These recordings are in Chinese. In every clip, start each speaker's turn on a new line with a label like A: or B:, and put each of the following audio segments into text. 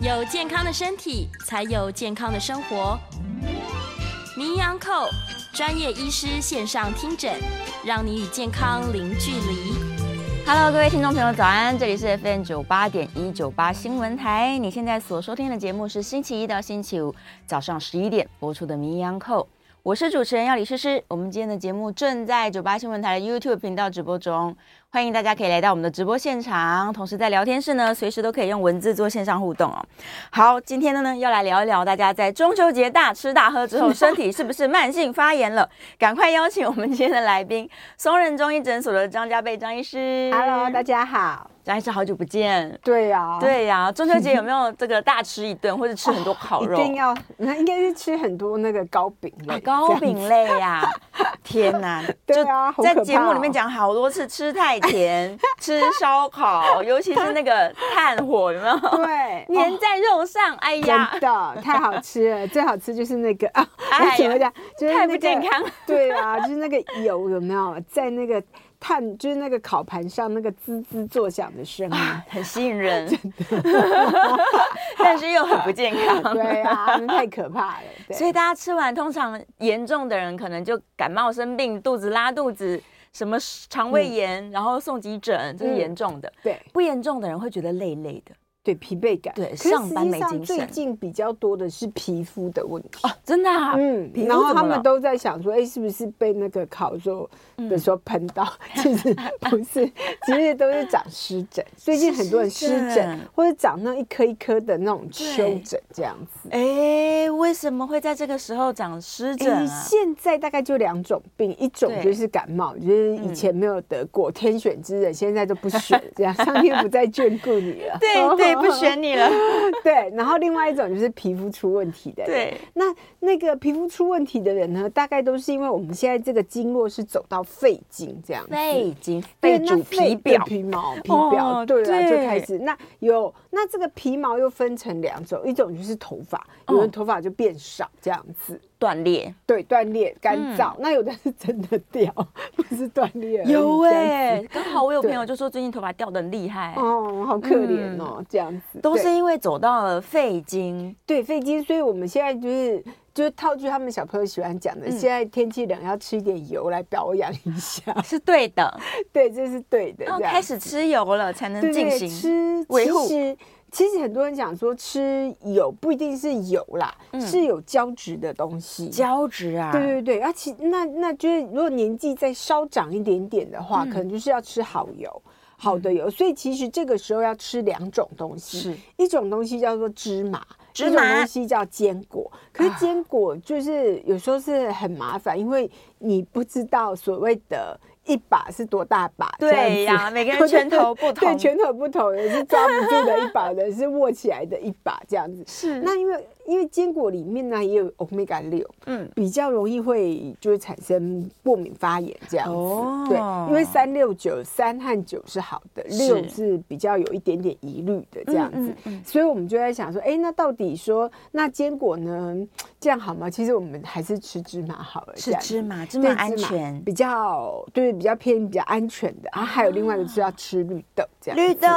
A: 有健康的身体，才有健康的生活。名医安扣专业医师线上听诊，让你与健康零距离。
B: Hello，各位听众朋友，早安！这里是 FM 九八点一九八新闻台，你现在所收听的节目是星期一到星期五早上十一点播出的《名医央叩》，我是主持人要李诗诗。我们今天的节目正在九八新闻台的 YouTube 频道直播中，欢迎大家可以来到我们的直播现场，同时在聊天室呢，随时都可以用文字做线上互动哦。好，今天呢要来聊一聊大家在中秋节大吃大喝之后，身体是不是慢性发炎了？赶快邀请我们今天的来宾，松仁中医诊所的张家贝张医师。
C: Hello，大家好。
B: 张医师，好久不见。
C: 对呀、啊，
B: 嗯对呀、中秋节有没有这个大吃一顿，或者吃很多烤肉？
C: 一定要，那应该是吃很多那个糕饼类
B: 啊，糕饼类呀、天哪！
C: 对啊
B: 就在
C: 好可怕哦
B: 节目里面讲好多次，吃太甜，吃烧烤，尤其是那个炭火，有没
C: 这
B: 有？
C: 样 子。对，啊哦
B: 粘在肉上，哎呀
C: 真，的太好吃 了，最好吃就是那个 啊，
B: 哎呀
C: 我怎么讲？就是那
B: 太
C: 个
B: 不健康。
C: 对啊，就是那个油有没有在那个炭，就是那个烤盘上那个滋滋作响的声音。
B: 很吸引 人，但是又很不健康。
C: 对啊， 那太可怕了。对
B: 所以大家吃完，通常严重的人可能就感冒生病，肚子拉肚子，什么肠胃
C: 嗯
B: 炎，然后送急诊，这是严重的。
C: 对
B: 不严重的人会觉得累累的
C: 对疲惫感，
B: 对
C: 可是
B: 上班
C: 实
B: 没
C: 际上
B: 精
C: 最
B: 神
C: 近比较多的是皮肤的问题。
B: 哦，真的啊，
C: 嗯，
B: 皮肤
C: 然后
B: 怎么
C: 他
B: 了
C: 们都在想说，哎、是不是被那个烤肉的
B: 嗯
C: 时候喷到？ 其实不 是，其实都是长湿疹。最近很多人湿
B: 湿疹
C: 疹，或者长那种一颗一颗的那种丘
B: 对
C: 疹这样子。
B: 哎，为什么会在这个时候长湿疹
C: 诶
B: 啊？
C: 现在大概就两种病，一种
B: 对
C: 就是感冒，就是以前没有得过，天选之人，现在都不选，这 样上天不再眷顾你 了。
B: 对对，不选你 了。
C: 对，然后另外一种就是皮肤出问题的人。
B: 对，
C: 那那个皮肤出问题的人呢，大概都是因为我们现在这个经络是走到肺经这样子。
B: 肺经
C: 对
B: 肺
C: 那
B: 主
C: 肺
B: 皮
C: 对
B: 表，
C: 皮毛、皮
B: 哦
C: 表，对啊，就
B: 对
C: 开始。那有那这个皮毛又分成两种，一种就是头发，有
B: 哦
C: 人头发就变少这样子，
B: 断裂。
C: 对，断裂、干燥。
B: 嗯
C: 那有的是真的掉， 不是断裂而已。
B: 有
C: 这样
B: 哎，刚好我有
C: 对
B: 朋友就说最近头发掉的很厉害，
C: 哦，好可怜哦，这样子
B: 嗯都
C: 对
B: 是因为走到了肺经。
C: 对肺经，所以我们现在就是就是套句他们小朋友喜欢讲
B: 嗯
C: 的，现在天气冷要吃一点油来保养一下，
B: 是对的，
C: 对，这是对的。
B: 要
C: 这样
B: 哦开始吃油了才能
C: 对
B: 进
C: 对
B: 行。
C: 吃
B: 维护
C: 其实其实很多人讲说吃油不一定是油啦，是有胶质的东西。
B: 嗯胶质啊，
C: 对对对，而且那那就是如果年纪再稍长一点点的
B: 嗯
C: 话，可能就是要吃好油。好的油，所以其实这个时候要吃两种东
B: 是
C: 西，一种东西叫做芝麻，
B: 芝
C: 一种
B: 麻啊
C: 东西叫坚果。可是坚果就是有时候是很麻烦，因为你不知道所谓的一把是多大把，这样子
B: 对 呀每个人拳头不同
C: 对拳头不同，有人是抓不住的一 把，有人是握起来的一把，这样子。
B: 是
C: 那因为因为坚果里面呢也有 omega 六，
B: 嗯，
C: 比较容易会就是产生过敏发炎这样子。
B: 哦
C: 对，因为三六九三和九是好的，
B: 是
C: 六是比较有一点点疑虑的这样子，
B: 嗯
C: 所以我们就在想说，哎、那到底说那坚果呢，这样好吗？其实我们还是吃芝麻好了，这
B: 是
C: 样子
B: 芝麻，芝麻
C: 对
B: 安全。
C: 比较对比较偏比较安全的啊，还有另外一个就是要吃绿豆这样子
B: 绿豆，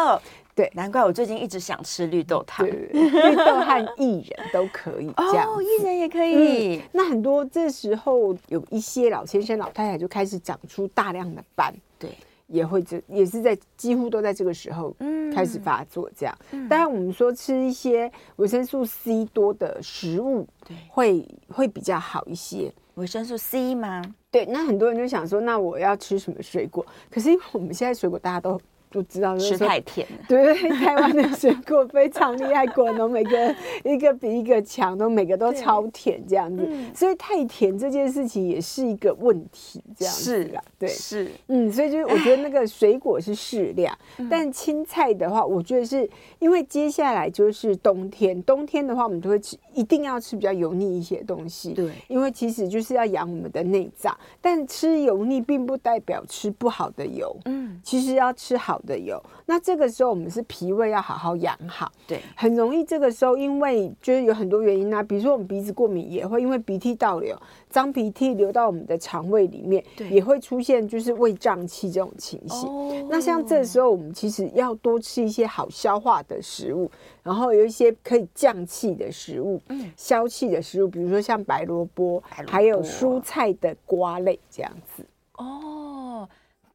C: 对
B: 难怪我最近一直想吃绿豆汤。
C: 对对对绿豆和薏仁都可 以这样
B: 哦，
C: 子
B: 薏仁也可以
C: 嗯，那很多这时候有一些老先生、老太太就开始长出大量的斑，
B: 对，
C: 也会这也是在几乎都在这个时候
B: 嗯
C: 开始发作这样。当然，我们说吃一些维生素 C 多的食物，
B: 对
C: 会会比较好一些。
B: 维生素 C 吗？
C: 对，那很多人就想说，那我要吃什么水果？可是因为我们现在水果大家都不知道，就是
B: 吃
C: 说
B: 太甜了。
C: 对对，台湾的水果非常厉害，果农每个一个比一个强，都每个都超甜这样子，所以太甜这件事情也是一个问题，这样子啦，对。
B: 是
C: 嗯，所以就是我觉得那个水果是适量，
B: 嗯
C: 但青菜的话，我觉得是因为接下来就是冬天，冬天的话我们就会吃，一定要吃比较油腻一些东西。
B: 对
C: 因为其实就是要养我们的内脏，但吃油腻并不代表吃不好的油，
B: 嗯，
C: 其实要吃好的油。那这个时候我们是脾胃要好好养好，
B: 对，
C: 很容易这个时候，因为就是有很多原因啊，比如说我们鼻子过敏也会因为鼻涕倒流，脏鼻涕流到我们的肠胃里面
B: 对，
C: 也会出现就是胃胀气这种情形。
B: 哦
C: 那像这时候，我们其实要多吃一些好消化的食物，然后有一些可以降气的食物、
B: 嗯
C: 消气的食物，比如说像白萝卜
B: 白萝，卜
C: 还有蔬菜的瓜类这样子。
B: 哦，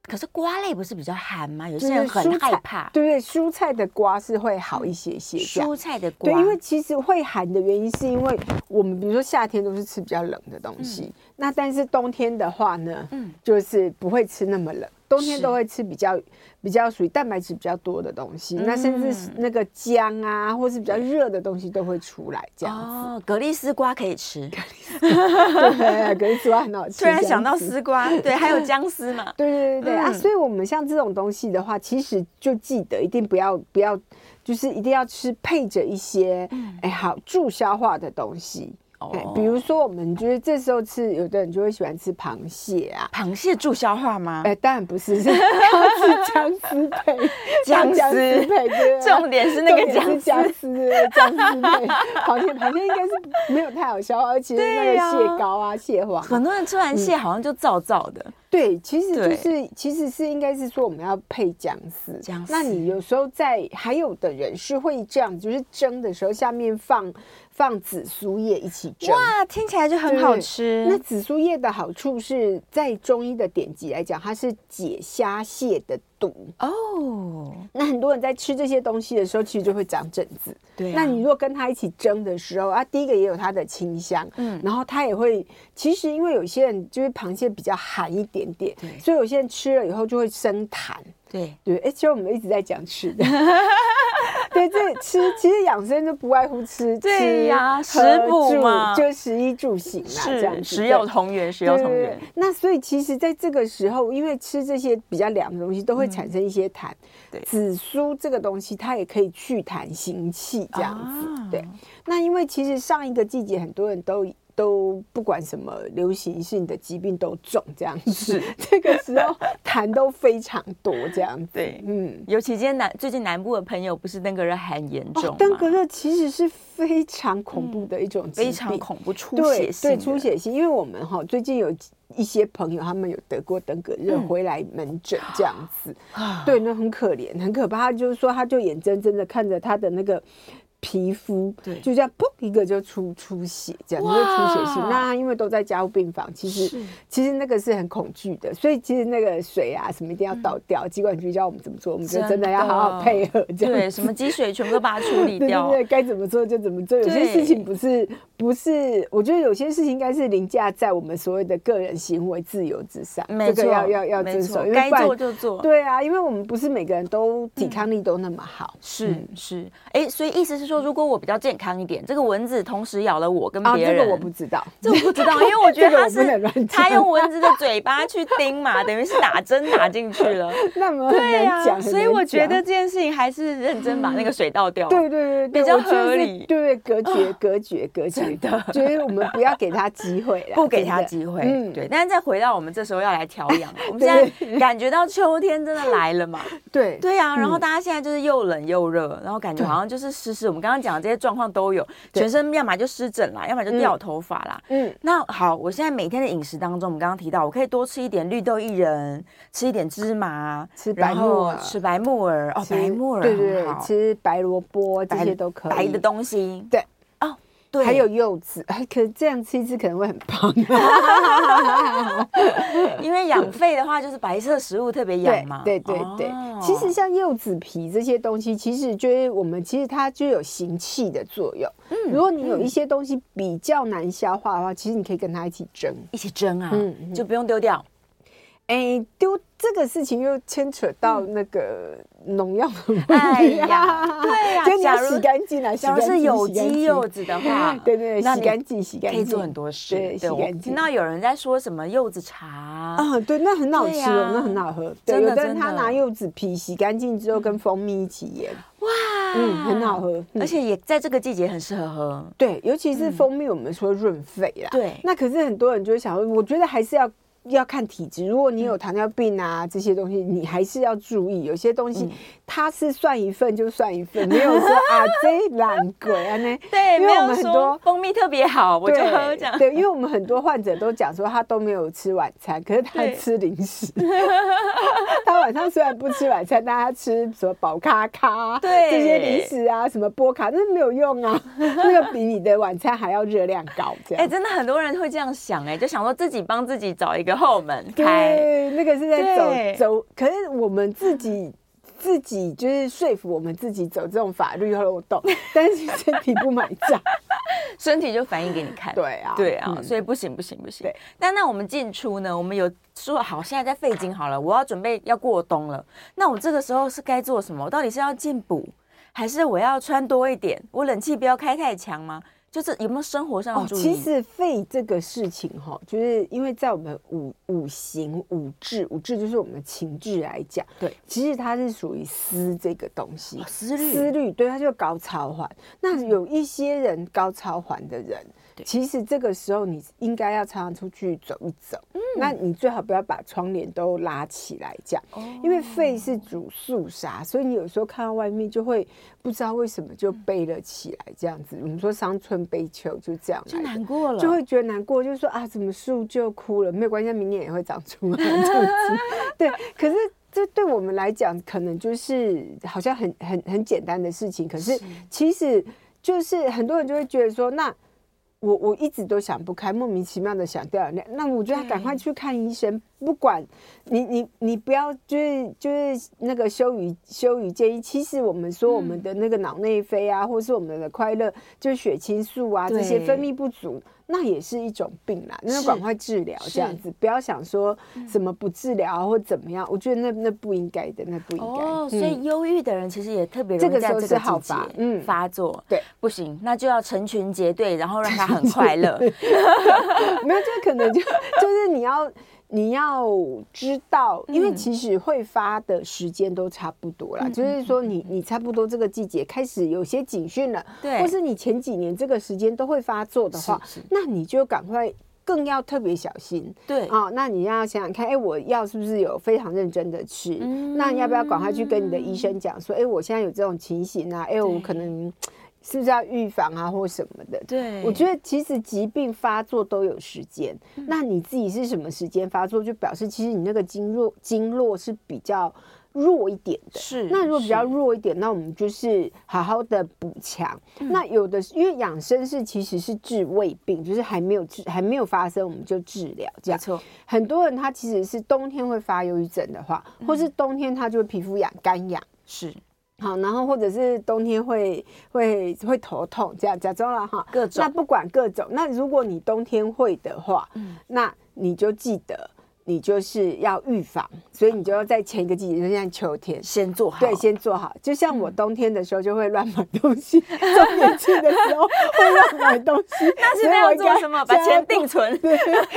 B: 可是瓜类不是比较寒吗？有
C: 就
B: 些
C: 是
B: 人很
C: 蔬
B: 害
C: 菜
B: 怕
C: 对对，蔬菜的瓜是会好一些些这样
B: 蔬菜的瓜，
C: 对，因为其实会寒的原因是因为我们比如说夏天都是吃比较冷的东西，那但是冬天的话呢，
B: 嗯
C: 就是不会吃那么冷，冬天
B: 是
C: 都会吃比较比较属于蛋白质比较多的东西，那甚至
B: 嗯
C: 是那个姜啊，或是比较热的东西都会出来这样子。
B: 哦，蛤蜊丝瓜可以 吃。
C: 对，可是吃完很好 吃。
B: 突然
C: 这样
B: 想到
C: 子。
B: 丝瓜，对，还有姜丝嘛
C: 对对对对、啊！
B: 嗯
C: 所以我们像这种东西的话，其实就记得一定不要不要，就是一定要吃配着一些哎、好助消化的东西。
B: 嗯哦
C: 哎比如说我们觉得这时候吃，有的人就会喜欢吃螃蟹啊。
B: 螃蟹助消化吗？
C: 哎、当然不是， 是要吃姜丝 配，
B: 姜丝
C: 配，对对对
B: 重点是那个
C: 重点是
B: 姜
C: 姜丝，对对姜丝配 螃蟹，螃蟹应该是没有太好消化，而且是那
B: 对
C: 个
B: 啊
C: 蟹膏啊、蟹黄啊
B: 很多人吃完蟹好像就燥燥的，
C: 对，其实就
B: 对
C: 是，其实是应该是说我们要配姜丝。
B: 姜丝
C: 那你有时候在，还有的人是会这样，就是蒸的时候下面放放紫苏叶一起蒸。
B: 哇，听起来就很
C: 对
B: 好吃。
C: 那紫苏叶的好处是在中医的典籍来讲，它是解虾蟹的毒。
B: 哦，
C: 那很多人在吃这些东西的时候，其实就会长疹子。
B: 对啊
C: 那你如果跟它一起蒸的时候啊，第一个也有它的清香，
B: 嗯
C: 嗯，然后它也会，其实因为有些人就是螃蟹比较寒一点点
B: 对，
C: 所以有些人吃了以后就会生痰。
B: 对，
C: 对，哎、其实我们一直在讲吃 的，对，这吃其实养生就不外乎吃，
B: 对
C: 吃
B: 呀
C: 喝
B: 食补
C: 住
B: 嘛
C: 就食衣住行啦，这样
B: 是
C: 子
B: 食有
C: 对
B: 同源，食有同
C: 对
B: 源。。
C: 那所以其实，在这个时候，因为吃这些比较凉的东西，都会产生一些痰。
B: 对
C: 紫苏这个东西，它也可以去痰行气这样子。
B: 啊
C: 对，那因为其实上一个季节，很多人都。都不管什么流行性的疾病都中这样子
B: 是，
C: 这个时候痰都非常多这样子。
B: 对
C: 嗯，
B: 尤其今天南最近南部的朋友不是登革热很严重啊
C: 哦
B: 吗，
C: 登革热其实是非常恐怖的一种疾
B: 非
C: 病，
B: 常恐怖，出
C: 对
B: 血性的
C: 对出血性，因为我们哈最近有一些朋友他们有得过登革热，
B: 嗯啊
C: 回来门诊这样子，对，那很可怜，很可怕。他就是说，他就眼睁睁的看着他的那个。皮肤
B: 对
C: 就这样砰一个就出出血，这样就
B: 哇
C: 是出血性。那他因为都在加护病房，其
B: 是
C: 实其实那个是很恐惧的，所以其实那个水啊什么一定要
B: 嗯
C: 倒掉。疾管局教我们怎么做，我们就真的要好好配合。这样
B: 对，什么积水全部都把它处理掉
C: 对对。对，该怎么做就怎么做。有些
B: 对
C: 事情不是不是，我觉得有些事情应该是凌驾在我们所谓的个人行为自由之上，
B: 没
C: 这
B: 错，
C: 个要要要
B: 没
C: 遵
B: 错
C: 守，因为
B: 该
C: 不然
B: 做就做。嗯
C: 对啊，因为我们不是每个人都抵抗力都那么好。
B: 是是，哎，所以意思是说，如果我比较健康一点，这个蚊子同时咬了我跟
C: 啊，
B: 别
C: 这
B: 人，
C: 个我不知道，
B: 这我不知道，因为我觉
C: 这
B: 得它
C: 个我不能
B: 是
C: 乱
B: 它
C: 讲
B: 用蚊子的嘴巴去叮嘛，等于是打针打进去了。
C: 那么 很难讲。很
B: 啊所以
C: 难
B: 我觉
C: 讲
B: 得这件事情还是认真把那个水倒掉。
C: 对对对对，
B: 比较
C: 我觉得
B: 合
C: 是
B: 理
C: 对对，隔绝隔绝隔绝
B: 真的
C: 就是我们不要给他机会 啦，
B: 不给他
C: 真的
B: 机会，
C: 嗯
B: 对。但是再回到我们这时候要来调养， 我们现在感觉到秋天真的来了嘛？
C: 对
B: 对呀、然后
C: 嗯
B: 大家现在就是又冷又热，然后感觉好像就是湿湿。我们刚刚讲的这些状况都有，全身要么就湿疹啦，要么就掉头发啦。
C: 嗯，
B: 那好，我现在每天的饮食当中，我们刚刚提到，我可以多吃一点绿豆薏仁，吃一点芝麻，
C: 吃白
B: 然后
C: 木耳
B: 吃白木耳哦，
C: 吃
B: 白木耳
C: 对对
B: 很好
C: 对，吃白萝卜这
B: 白
C: 些都可以，
B: 白的东西，
C: 对
B: 哦，对，
C: 还有柚子， 哎，可这样吃一次可能会很 胖。
B: 因为养肺的话，就是白色食物特别
C: 对
B: 养嘛。哦
C: 对对对，其实像柚子皮这些东西，其实就是我们其实它就有行气的作用。
B: 嗯
C: 如果你有一些东西比较难消化的话，其实你可以跟它一起蒸。
B: 一起蒸啊
C: 嗯，嗯
B: 就不用丢掉。
C: 哎，丢这个事情又牵扯到那个嗯农药的问题、啊
B: 哎 呀， 对呀、
C: 就你
B: 假
C: 要
B: 如
C: 洗干净啊，洗
B: 假
C: 干
B: 如
C: 净
B: 是有
C: 洗干
B: 机
C: 净，
B: 柚子的话
C: 对对
B: 那
C: 对，洗
B: 你
C: 干净，洗干
B: 可
C: 净，
B: 以做很多事。
C: 对，洗
B: 我
C: 干净
B: 听。到有人在说什么柚子茶，
C: 啊，对，那很好
B: 对
C: 吃
B: 呀
C: 哦，那很好喝。对，
B: 真的
C: 有的人
B: 真
C: 他
B: 的嗯
C: 拿柚子皮洗干净之后跟蜂蜜一起腌，
B: 哇，
C: 嗯，很好，喝。嗯
B: 而且也在这个季节很适合喝。
C: 对，尤其是蜂蜜，我们说润肺啦。
B: 嗯对
C: 那可是很多人就会想说，我觉得还是要。要看体质，如果你
B: 嗯
C: 有糖尿病啊、这些东西，你还是要注意。有些东
B: 嗯
C: 西、它是算一份就算一份，没有说啊这懒鬼啊呢。
B: 对，
C: 因
B: 没
C: 为我
B: 有
C: 们很
B: 说
C: 多
B: 蜂蜜特别好，我就
C: 对
B: 喝这样。
C: 对，因为我们很多患者都讲说他都没有吃晚餐，可是他
B: 对
C: 吃零食。 他晚上虽然不吃晚餐，但他吃什么宝咖咖，啊
B: 对
C: 这些零食啊，什么波卡，那没有用啊，那个比你的晚餐还要热量高。这
B: 哎、
C: 样，
B: 真的很多人会这样想、哎，就想说自己帮自己找一个后门开。
C: 对，那个是
B: 对
C: 在走走，可是我们自己。自己就是说服我们自己走这种法律漏洞，但是身体不买账。
B: 身体就反应给你看。
C: 对啊
B: 对啊，
C: 嗯
B: 所以不行不行不行
C: 对。
B: 但那我们进出呢？我们有说好，现在在费金好了，我要准备要过冬了。那我这个时候是该做什么？我到底是要进补，还是我要穿多一点？我冷气不要开太强吗？就是有没有生活上
C: 哦
B: 的，注意？
C: 其实肺这个事情哈，就是因为在我们五五行五志，五志就是我们的情志来讲，
B: 对，哦
C: 其实它是属于思这个东西，
B: 思虑嗯
C: 思虑，对，它就高超环。那有一些人高超环的人。其实这个时候你应该要常常出去走一走，
B: 嗯
C: 那你最好不要把窗帘都拉起来，这样，
B: 哦
C: 因为肺是主肃杀，所以你有时候看到外面就会不知道为什么就
B: 嗯
C: 背了起来，这样子。我们说伤春悲秋就这样来
B: 就
C: 的，
B: 难过了，
C: 就会觉得难过，就是说啊，怎么树就哭了？没有关系，它明年也会长出来这样 子。对，可是这对我们来讲，可能就是好像很很很简单的事情，可是其实就是很多人就会觉得说，那我我一直都想不开，莫名其妙的想掉眼泪。那我觉得赶快去看医生，不管你你你不要就是就是那个羞于羞于介意。其实我们说我们
B: 嗯
C: 的那个脑内啡啊，或是我们的快乐，就是血清素啊
B: 对
C: 这些分泌不足。那也是一种病啦，那
B: 是
C: 就赶快治疗
B: 是嗯
C: 这样子，不要想说什么不治疗啊或怎么样，我觉得那那不应该的，那不应该。
B: 哦，
C: 嗯
B: 所以忧郁的人其实也特别容
C: 这
B: 易
C: 个
B: 在
C: 时候
B: 这
C: 是
B: 个
C: 好
B: 季节
C: 发嗯
B: 发作。
C: 对，
B: 不行，那就要成群结队，然后让他很快乐。
C: 没有，就可能就就是你要你要知道，因
B: 嗯
C: 为其实会发的时间都差不多啦，就是
B: 嗯
C: 说你你差不多这个季节开始有些警讯了，
B: 对
C: 或是你前几年这个时间都会发作的话
B: 是是，
C: 那你就赶快。更要特别小心，
B: 对
C: 啊、那你要想想看，哎、我药是不是有非常认真的吃？
B: 嗯
C: 那要不要赶快去跟你的医生讲说，哎、我现在有这种情形啊，哎、我可能是不是要预防啊，或什么的？
B: 对
C: 我觉得其实疾病发作都有时间，
B: 嗯
C: 那你自己是什么时间发作，就表示其实你那个经络经络是比较弱一点的。
B: 是
C: 那如果比较
B: 是
C: 弱一点，那我们就是好好的补强。
B: 嗯
C: 那有的因为养生是其实是治胃病，就是还没有治还没有发生，我们就治疗
B: 没
C: 这样。
B: 错，
C: 很多人他其实是冬天会发忧郁症的话，
B: 嗯
C: 或是冬天他就会皮肤痒、干痒。
B: 是
C: 好，然后或者是冬天会会会头痛，这样假装了哈，
B: 各种
C: 那不管各种，那如果你冬天会的话，
B: 嗯
C: 那你就记得你就是要预防，所以你就要在前一个季节，就像秋天。
B: 先做好。嗯
C: 对，先做好。就像我冬天的时候就会乱买 东西，中年期的时候会乱买东西。
B: 那现
C: 所以
B: 在
C: 我
B: 要
C: 应
B: 做
C: 该
B: 什么？把
C: 现在要
B: 钱
C: 多
B: 定存
C: 对，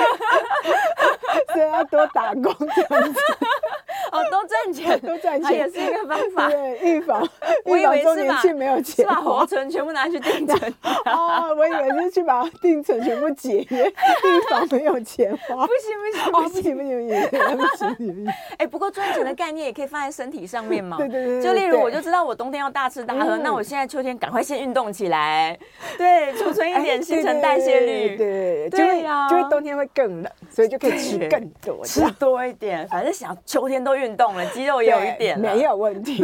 C: 所以要多打工这样子，
B: 哦，都赚 钱，
C: 多赚
B: 它
C: 钱
B: 也是一个方法，
C: 对，预防
B: 我以
C: 预防
B: 为
C: 中
B: 是
C: 年
B: 把
C: 期没有
B: 是
C: 钱
B: 把
C: 花
B: 活。存全部拿去定存，
C: 哦，我以为是去把定存全部解约，预防没有钱花。
B: 不行不行不
C: 哦，不
B: 行。
C: 行不行不行不行不行！
B: 哎，不过赚钱的概念也可以放在身体上面嘛。
C: 对对对对
B: 就例如
C: 对
B: 我就知道我冬天要大吃大喝，
C: 嗯
B: 那我现在秋天赶快先运动起来，对，储存 一点新陈代谢率。
C: 哎对
B: 对
C: 对对，
B: 呀
C: 就会就会冬天会更冷，所以就可以吃
B: 对
C: 更多，
B: 吃多一点，反正想秋天都运动了，肌肉也有一点啊了
C: 没。有问 题。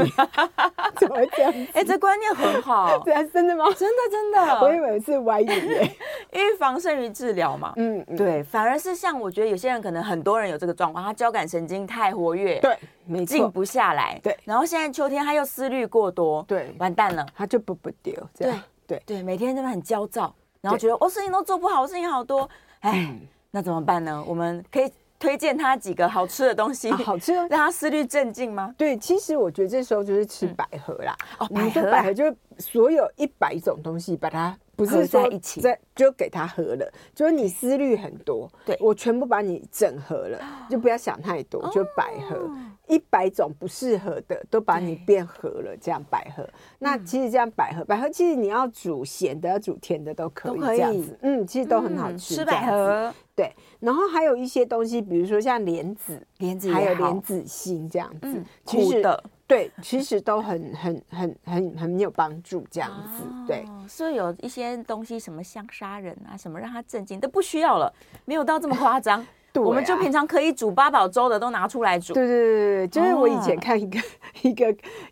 C: 怎么会这样子？
B: 哎、这观念很 好，
C: 这样真的吗？
B: 真的真
C: 我以
B: 的，
C: 为是歪 理耶。
B: 预防胜于治疗嘛。
C: 嗯，嗯
B: 对，反而是像我觉得有些人可能很多人有这个状况，他交感神经太活跃，，
C: 对，没
B: 静
C: 错，
B: 不下来，
C: 对
B: 然后现在秋天他又思虑过多，
C: 对
B: 完蛋了，
C: 他就不不丢这样。对
B: 对，每天都很焦躁，然后哦
C: 对嗯
B: 觉得我、事情都做不好，我事情好多，哎，那怎么办呢？我们可以。推荐他几个好吃的东西，
C: 啊好吃哦
B: 让他思虑镇静吗？
C: 对，其实我觉得这时候就是吃百合啦。
B: 哦
C: 你
B: 百
C: 说
B: 合啊
C: 百合就是所有一百种东西把它不
B: 合
C: 是
B: 在
C: 说
B: 一起
C: 在就给它合了，就是你思虑很多，
B: 对
C: 我全部把你整合了，就不要想太多，就百合。一百种不适合的都把你
B: 哦对嗯
C: 变合了，这样百合。那其实这样百合，百合其实你要煮咸的，要煮甜的都可
B: 都
C: 以，
B: 可
C: 这样
B: 以
C: 子，嗯，其实都很好
B: 嗯
C: 吃。
B: 吃百
C: 这样子，
B: 合，
C: 对。然后还有一些东西，比如说像莲子，
B: 莲子也
C: 还有
B: 好
C: 莲子心这样子，
B: 嗯
C: 其
B: 苦
C: 实
B: 的
C: 对，其实都很很很很很有帮助这样子，对。
B: 哦所以有一些东西，什么香砂仁啊，什么让他震惊，都不需要了，没有到这么夸张。
C: 对啊
B: 我们就平常可以煮八宝粥的都拿出来煮。
C: 对对对对，就是我以前
B: 哦
C: 看一个、一个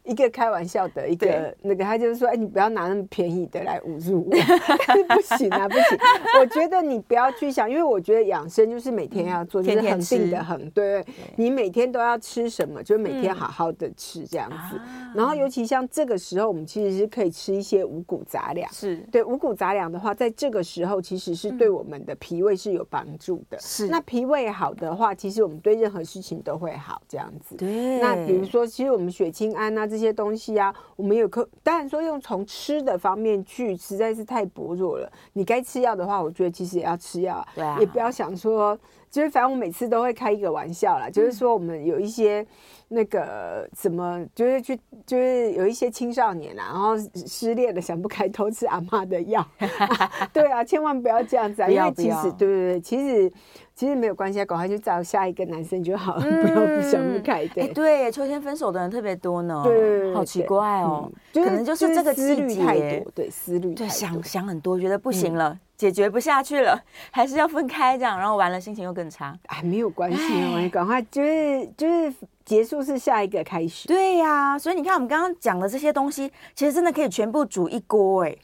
C: 一个开玩笑的一个
B: 对
C: 那个，他就是说，哎，你不要拿那么便宜的来侮辱我，不 行啊，不行。我觉得你不要去想，因为我觉得养生就是每天要做，就是
B: 嗯天天
C: 恒定
B: 吃嗯
C: 的恒，对，对你每天都要吃什么，就每天好好的吃这样子。
B: 啊
C: 然后尤其像这个时候，我们其实是可以吃一些五谷杂粮，
B: 是嗯
C: 对五谷杂粮的话，在这个时候其实是对我们的脾胃是有帮助的。
B: 是
C: 那脾胃好的话，其实我们对任何事情都会好这样子。
B: 对
C: 那比如说，其实我们血清胺啊这些东西啊，我们有可当然说用从吃的方面去，实在是太薄弱了。你该吃药的话，我觉得其实也要吃药，
B: 对啊
C: 也不要想说，就是反正我每次都会开一个玩笑啦，
B: 嗯
C: 就是说我们有一些那个什么，就是去就是有一些青少年啊，然后失恋了想不开，偷吃阿妈的 药、 啊对啊，千万不要这样子啊，
B: 不
C: 因
B: 要
C: 为其
B: 不
C: 实
B: 要
C: 对对对，其实。其实没有关系啊，赶快去找下一个男生就好了，
B: 嗯
C: 不要不想不开。对
B: 哎，，对，秋天分手的人特别多呢，
C: 对，
B: 好奇怪哦
C: 嗯，
B: 可能就是这个
C: 思
B: 季
C: 虑太
B: 节
C: 多，，对，思虑
B: 对，
C: 太
B: 想
C: 多嗯
B: 想很多，觉得不行了，解决不下去了，还是要分开这样，然后完了心情又更差。
C: 哎，没有关系，
B: 哎
C: 没有关系，赶快就是就是结束是下一个开始，
B: 对呀、所以你看我们刚刚讲的这些东西，其实真的可以全部煮一锅哎、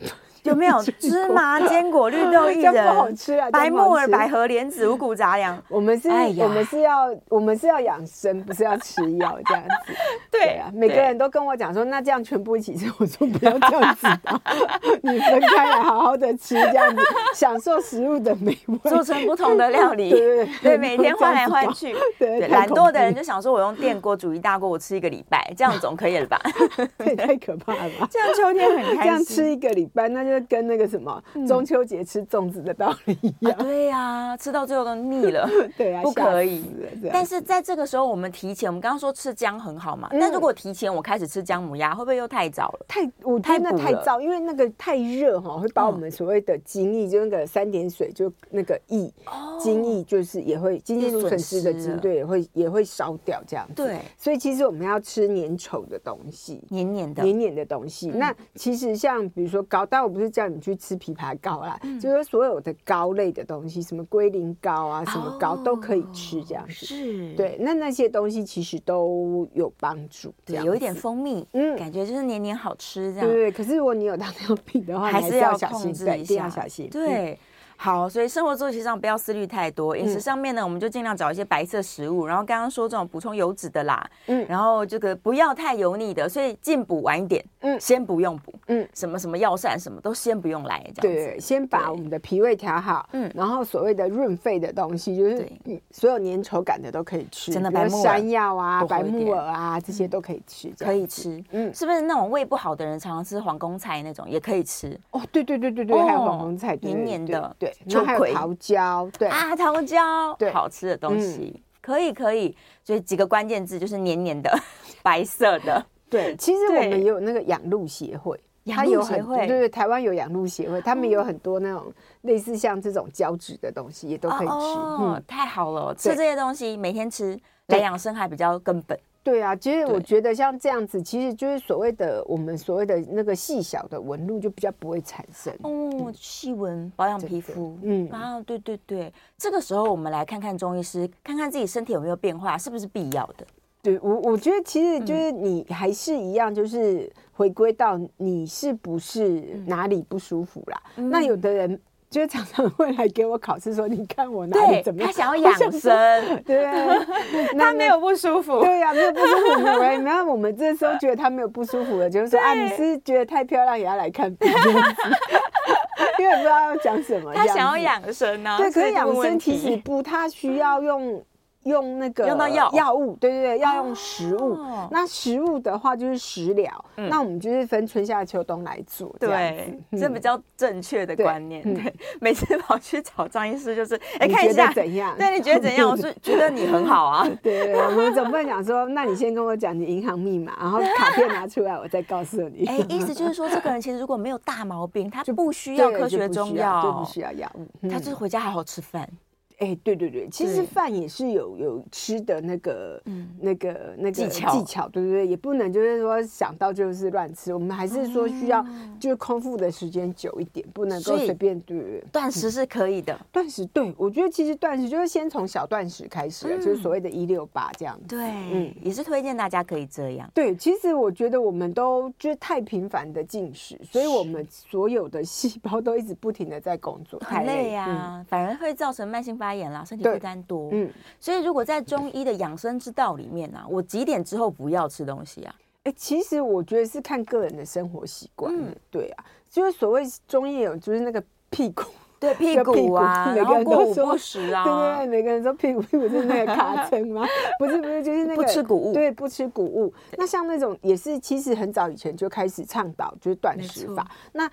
B: 有没有芝麻、坚果、绿豆、薏
C: 这样不好
B: 仁、
C: 吃啊，
B: 白
C: 这样不好
B: 木耳、
C: 吃
B: 百。合、莲子、五谷杂 粮？
C: 我们是，
B: 哎呀
C: 我们是要，我们是要养生，不是要吃药这样 子。
B: 对
C: 啊，每个人都跟我讲说，那这样全部一起吃，我说不要这样子吧， 你分开来好好的吃，这样子享受食物的美味。
B: 做成不同的料理，
C: 对对
B: 对，
C: 对
B: 每天换来换去。
C: 对
B: 对，
C: 太
B: 懒
C: 恐
B: 惰的人
C: 怖
B: 就想说，我用电锅煮一大锅，我吃一个礼 拜，这样总可以了吧？
C: 这也太可怕了吧。
B: 这样秋天很
C: 这
B: 开
C: 样嗯吃
B: 心。
C: 一个礼拜，那就跟那个什么中秋节吃粽子的道理一
B: 啊
C: 样。
B: 对呀、吃到最后都腻了。
C: 对啊，
B: 不可以
C: 吓死了。对啊
B: 但是在这个时候，我们提前，我们刚刚说吃姜很好嘛，
C: 嗯
B: 但如果提前我开始吃姜母鸭，会不会又太早了？
C: 太，我觉得那
B: 太
C: 太
B: 补了嗯
C: 燥，因为那个太热哈，会把我们所谓的精液，就那个三点水，就那个液，精液就是也会精液
B: 就
C: 素
B: 哦损
C: 损失的
B: 失
C: 精
B: 了，
C: 对，也会也会烧掉这样子。
B: 对，
C: 所以其实我们要吃粘稠的东西。
B: 黏黏的，嗯
C: 黏黏的东西。那其实像比如说糕，但我不是叫你去吃枇杷膏啦，
B: 嗯
C: 就是说所有的糕类的东西，什么龟苓膏啊，什么糕都可以吃这样子。
B: 哦是，
C: 对，那那些东西其实都有帮助，这
B: 对，
C: 样
B: 有一点
C: 子
B: 蜂蜜，
C: 嗯
B: 感觉就是黏黏好吃这
C: 对对
B: 样，
C: 对。可是如果你有糖尿病的话，你
B: 是
C: 要小
B: 控
C: 心，
B: 制
C: 对，
B: 一
C: 一定
B: 下，
C: 要小心。嗯，
B: 对。好，所以生活作息上不要思虑太多，饮食上面呢，我们就尽量找一些白色食物，然后刚刚说这种补充油脂的啦，
C: 嗯
B: 然后这个不要太油腻的，所以进补晚一点，
C: 嗯
B: 先不用补，
C: 嗯
B: 什么什么药膳什么都先不用来，这
C: 对
B: 样子，
C: 对，先把
B: 对
C: 我们的脾胃调好，
B: 嗯
C: 嗯，然后所谓的润肺的东西，就是
B: 对
C: 嗯所有粘稠感的都可以吃，
B: 真的
C: 比如
B: 白木耳
C: 山药啊、
B: 多喝
C: 白
B: 一
C: 木
B: 点嗯
C: 耳啊这些都可以吃，这
B: 可
C: 样
B: 以
C: 子。
B: 吃，
C: 嗯
B: 是不是那种胃不好的人常常吃皇宫菜那种也可以吃
C: 哦，对对对对对，还有
B: 哦
C: 黄红菜，对
B: 黏
C: 对
B: 黏
C: 对
B: 的
C: 对，
B: 秋
C: 那还
B: 葵
C: 有桃胶，对，
B: 啊？桃胶，
C: 对嗯
B: 好吃的东西。可以可以，所以几个关键字就是黏黏的、 白色的，
C: 对，其实我
B: 对
C: 们也有那个养鹿协会。
B: 养
C: 它
B: 鹿
C: 有
B: 协
C: 很多
B: 会嗯
C: 对对，台湾有养鹿协会，他们有很多那种类似像这种胶质的东西，也都可以吃。
B: 哦
C: 嗯，
B: 太好了，吃
C: 对
B: 这些东西每天吃，来
C: 对
B: 养生还比较根本。
C: 对啊，其实我
B: 对
C: 觉得像这样子，其实就是所谓的我们所谓的那个细小的纹路就比较不会产生。
B: 哦，细纹保养皮肤，嗯
C: 嗯
B: 啊，对对对，这个时候我们来看看中医师，看看自己身体有没有变化，是不是必要的？
C: 对我，我觉得其
B: 嗯
C: 实就是你还是一样，就是回归到你是不是
B: 嗯
C: 哪里不舒服啦。那有的人就是常常 会来给我考试说，你看我哪里
B: 对
C: 怎么样？
B: 他想要
C: 我
B: 养
C: 说，
B: 生，
C: 对，啊
B: 他
C: 那
B: 没有不舒服，
C: 对呀、没有不舒服的人。那我们这时候觉得他没有不舒服了，就是说啊，你是觉得太漂亮也要来看病， 这样子因为不知道要讲什 么。
B: 他
C: 这样
B: 想要
C: 子
B: 养生啊，
C: 对，可
B: 所以
C: 是
B: 就
C: 养
B: 问问
C: 生其
B: 题
C: 实不，它需要用用那个
B: 用到药
C: 药物，对对对，要用食物。
B: 哦
C: 那食物的话就是食疗，
B: 嗯
C: 那我们就是分春夏秋冬来做，这样子嗯
B: 对，这比。较正确的
C: 对
B: 观念。
C: 嗯
B: 对，每次跑去找张医师就是，哎，
C: 你
B: 看一
C: 觉
B: 下
C: 得，怎样？
B: 对，你觉得怎样？我 是觉得你很好啊。
C: 对对，对我们总不能讲说，那你先跟我讲你银行密码，然后卡片拿出来，我再告诉你。
B: 哎，意思就是说，这个人其实如果没有大毛病，他
C: 就
B: 不需
C: 对
B: 要
C: 就
B: 科学
C: 不需
B: 中
C: 要就不
B: 药，
C: 需要药物。
B: 他
C: 嗯
B: 就是回家好好吃饭。
C: 哎，对对对，其实
B: 对
C: 饭也是有有吃的那个
B: 嗯
C: 那个那个
B: 技巧
C: 技巧，对对对，也不能就是说想到就是乱吃，我们还是说需要就是空腹的时间久一点，不能够
B: 哦所以
C: 随便对对对。
B: 断食是可以的，
C: 断食，对我觉得其实断食就是先从小断食开始啊，就是所谓的“一六八”这样子。
B: 嗯对，
C: 嗯
B: 也是推荐大家可以这样。
C: 对，其实我觉得我们都就是太频繁的进食，所以我们所有的细胞都一直不停的在工作，
B: 很
C: 太
B: 累啊呀、
C: 嗯
B: 反而会造成慢性发炎啦，身体
C: 对
B: 负担多。
C: 嗯，
B: 所以如果在中医的养生之道里面啊，我几点之后不要吃东西啊？
C: 哎、其实我觉得是看个人的生活习惯的，
B: 嗯
C: 对啊，就是所谓中医有就是那个屁股，
B: 对，屁
C: 就屁
B: 股
C: 股
B: 啊，
C: 每
B: 然
C: 个
B: 后
C: 人
B: 过
C: 都
B: 午
C: 说
B: 不食啊，
C: 对对对，每个人说屁股屁股是那个 卡针吗？不是不是，就是那个
B: 不吃谷物
C: 对，不吃谷物。那像那种也是，其实很早以前就开始倡导就是断食
B: 没错
C: 法。那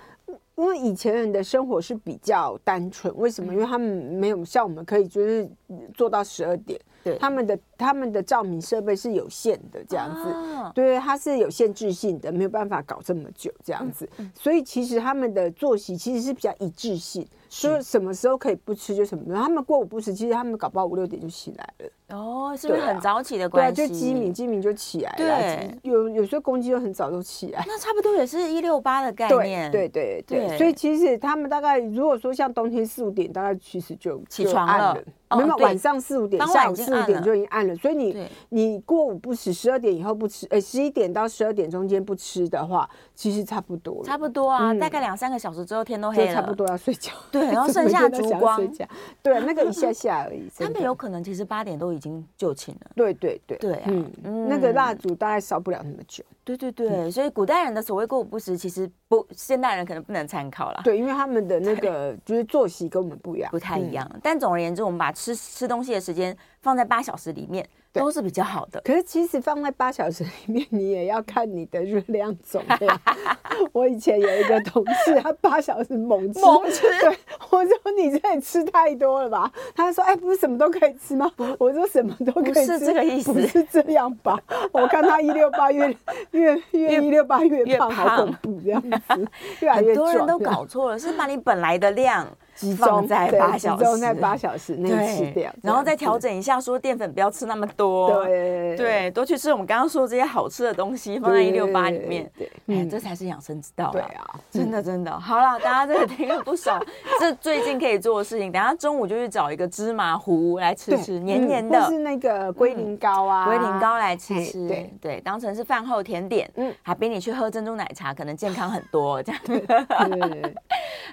C: 因为以前人的生活是比较单纯，为
B: 嗯
C: 什么？因为他们没有像我们可以就是做到十二点，
B: 对
C: 他们的他们的照明设备是有限的，这样子。
B: 啊
C: 对，它是有限制性的，没有办法搞这么久这样子，所以其实他们的作息其实是比较一致性，就是什么时候可以不吃就什么时候。他们过午不食，其实他们搞不好五六点就起来了，
B: 哦，是不是
C: 对啊
B: 很早起的
C: 对啊，
B: 关系？
C: 就鸡鸣，鸡鸣就起来了啊。
B: 对
C: 有有时候公鸡又很早就起来。
B: 那差不多也是一六八的概
C: 对
B: 念。
C: 对对
B: 对
C: 对，所以其实他们大概如果说像冬天四五点，大概其实就
B: 起
C: 就
B: 床
C: 暗
B: 了
C: 了，
B: 哦
C: 没有
B: 对
C: 晚上四五点，
B: 当晚
C: 下
B: 已
C: 午
B: 经
C: 四五
B: 暗
C: 点
B: 了
C: 就已经暗了，所以你
B: 对
C: 你过午不食，十二点以后不吃，呃，十一点到十二点中间不吃的话，其实差不多了，
B: 差不多啊，
C: 嗯
B: 大概两三个小时之后天都
C: 就
B: 黑了，
C: 差不。多要睡觉。
B: 对然后
C: 每
B: 剩下
C: 天都
B: 烛
C: 想要
B: 光
C: 睡觉对，啊那个一下下而已。
B: 他
C: 真
B: 们
C: 的
B: 有可能其实八点都已经就寝了。
C: 对对对
B: 对啊嗯
C: 嗯，那个蜡烛大概烧不了那么久，
B: 对对
C: 嗯
B: 对，所以古代人的所谓过午不食，其实不现代人可能不能参考啦。
C: 对，因为他们的那个就是作息跟我们不一样，
B: 不太
C: 嗯
B: 一样。但总而言之，我们把吃吃东西的时间放在八小时里面，
C: 对
B: 都是比较好的。
C: 可是其实放在八小时里面，你也要看你的热量总量。 我以前有一个同事，他八小时猛吃，
B: 猛吃
C: 对，我说你这也吃太多了吧？他说，哎，不是什么都可以吃吗？我说什么都可以
B: 不
C: 吃，
B: 是这个意思
C: 不是这样吧？我看他一六八越越越一六八越
B: 越
C: 胖，好
B: 胖
C: 恐怖这样子，越来
B: 很
C: 越
B: 多人
C: 壮
B: 都
C: 这样
B: 搞错了，是把你本来的量
C: 集
B: 放
C: 中
B: 在
C: 对
B: 八小时，
C: 集中在八小时内吃
B: 对，
C: 掉这样子，
B: 然后再调整一下，说淀粉不要吃那么多，
C: 对
B: 对，多去吃我们刚刚说的这些好吃的东西，放在一六八里面。
C: 对，对
B: 哎，
C: 嗯
B: 这才是养生之道
C: 对
B: 啦！
C: 啊，
B: 真的真的，好了，大家这个听了不少，这最近可以做的事情，等下中午就去找一个芝麻糊来吃
C: 对
B: 吃，黏
C: 嗯
B: 黏
C: 或
B: 的嗯
C: 是，那个龟苓膏啊，
B: 龟苓膏来吃
C: 嘿
B: 吃，
C: 对
B: 当成是饭后甜点，嗯
C: 嗯，
B: 还比你去喝珍珠奶茶可能健康很多。这样，
C: 对，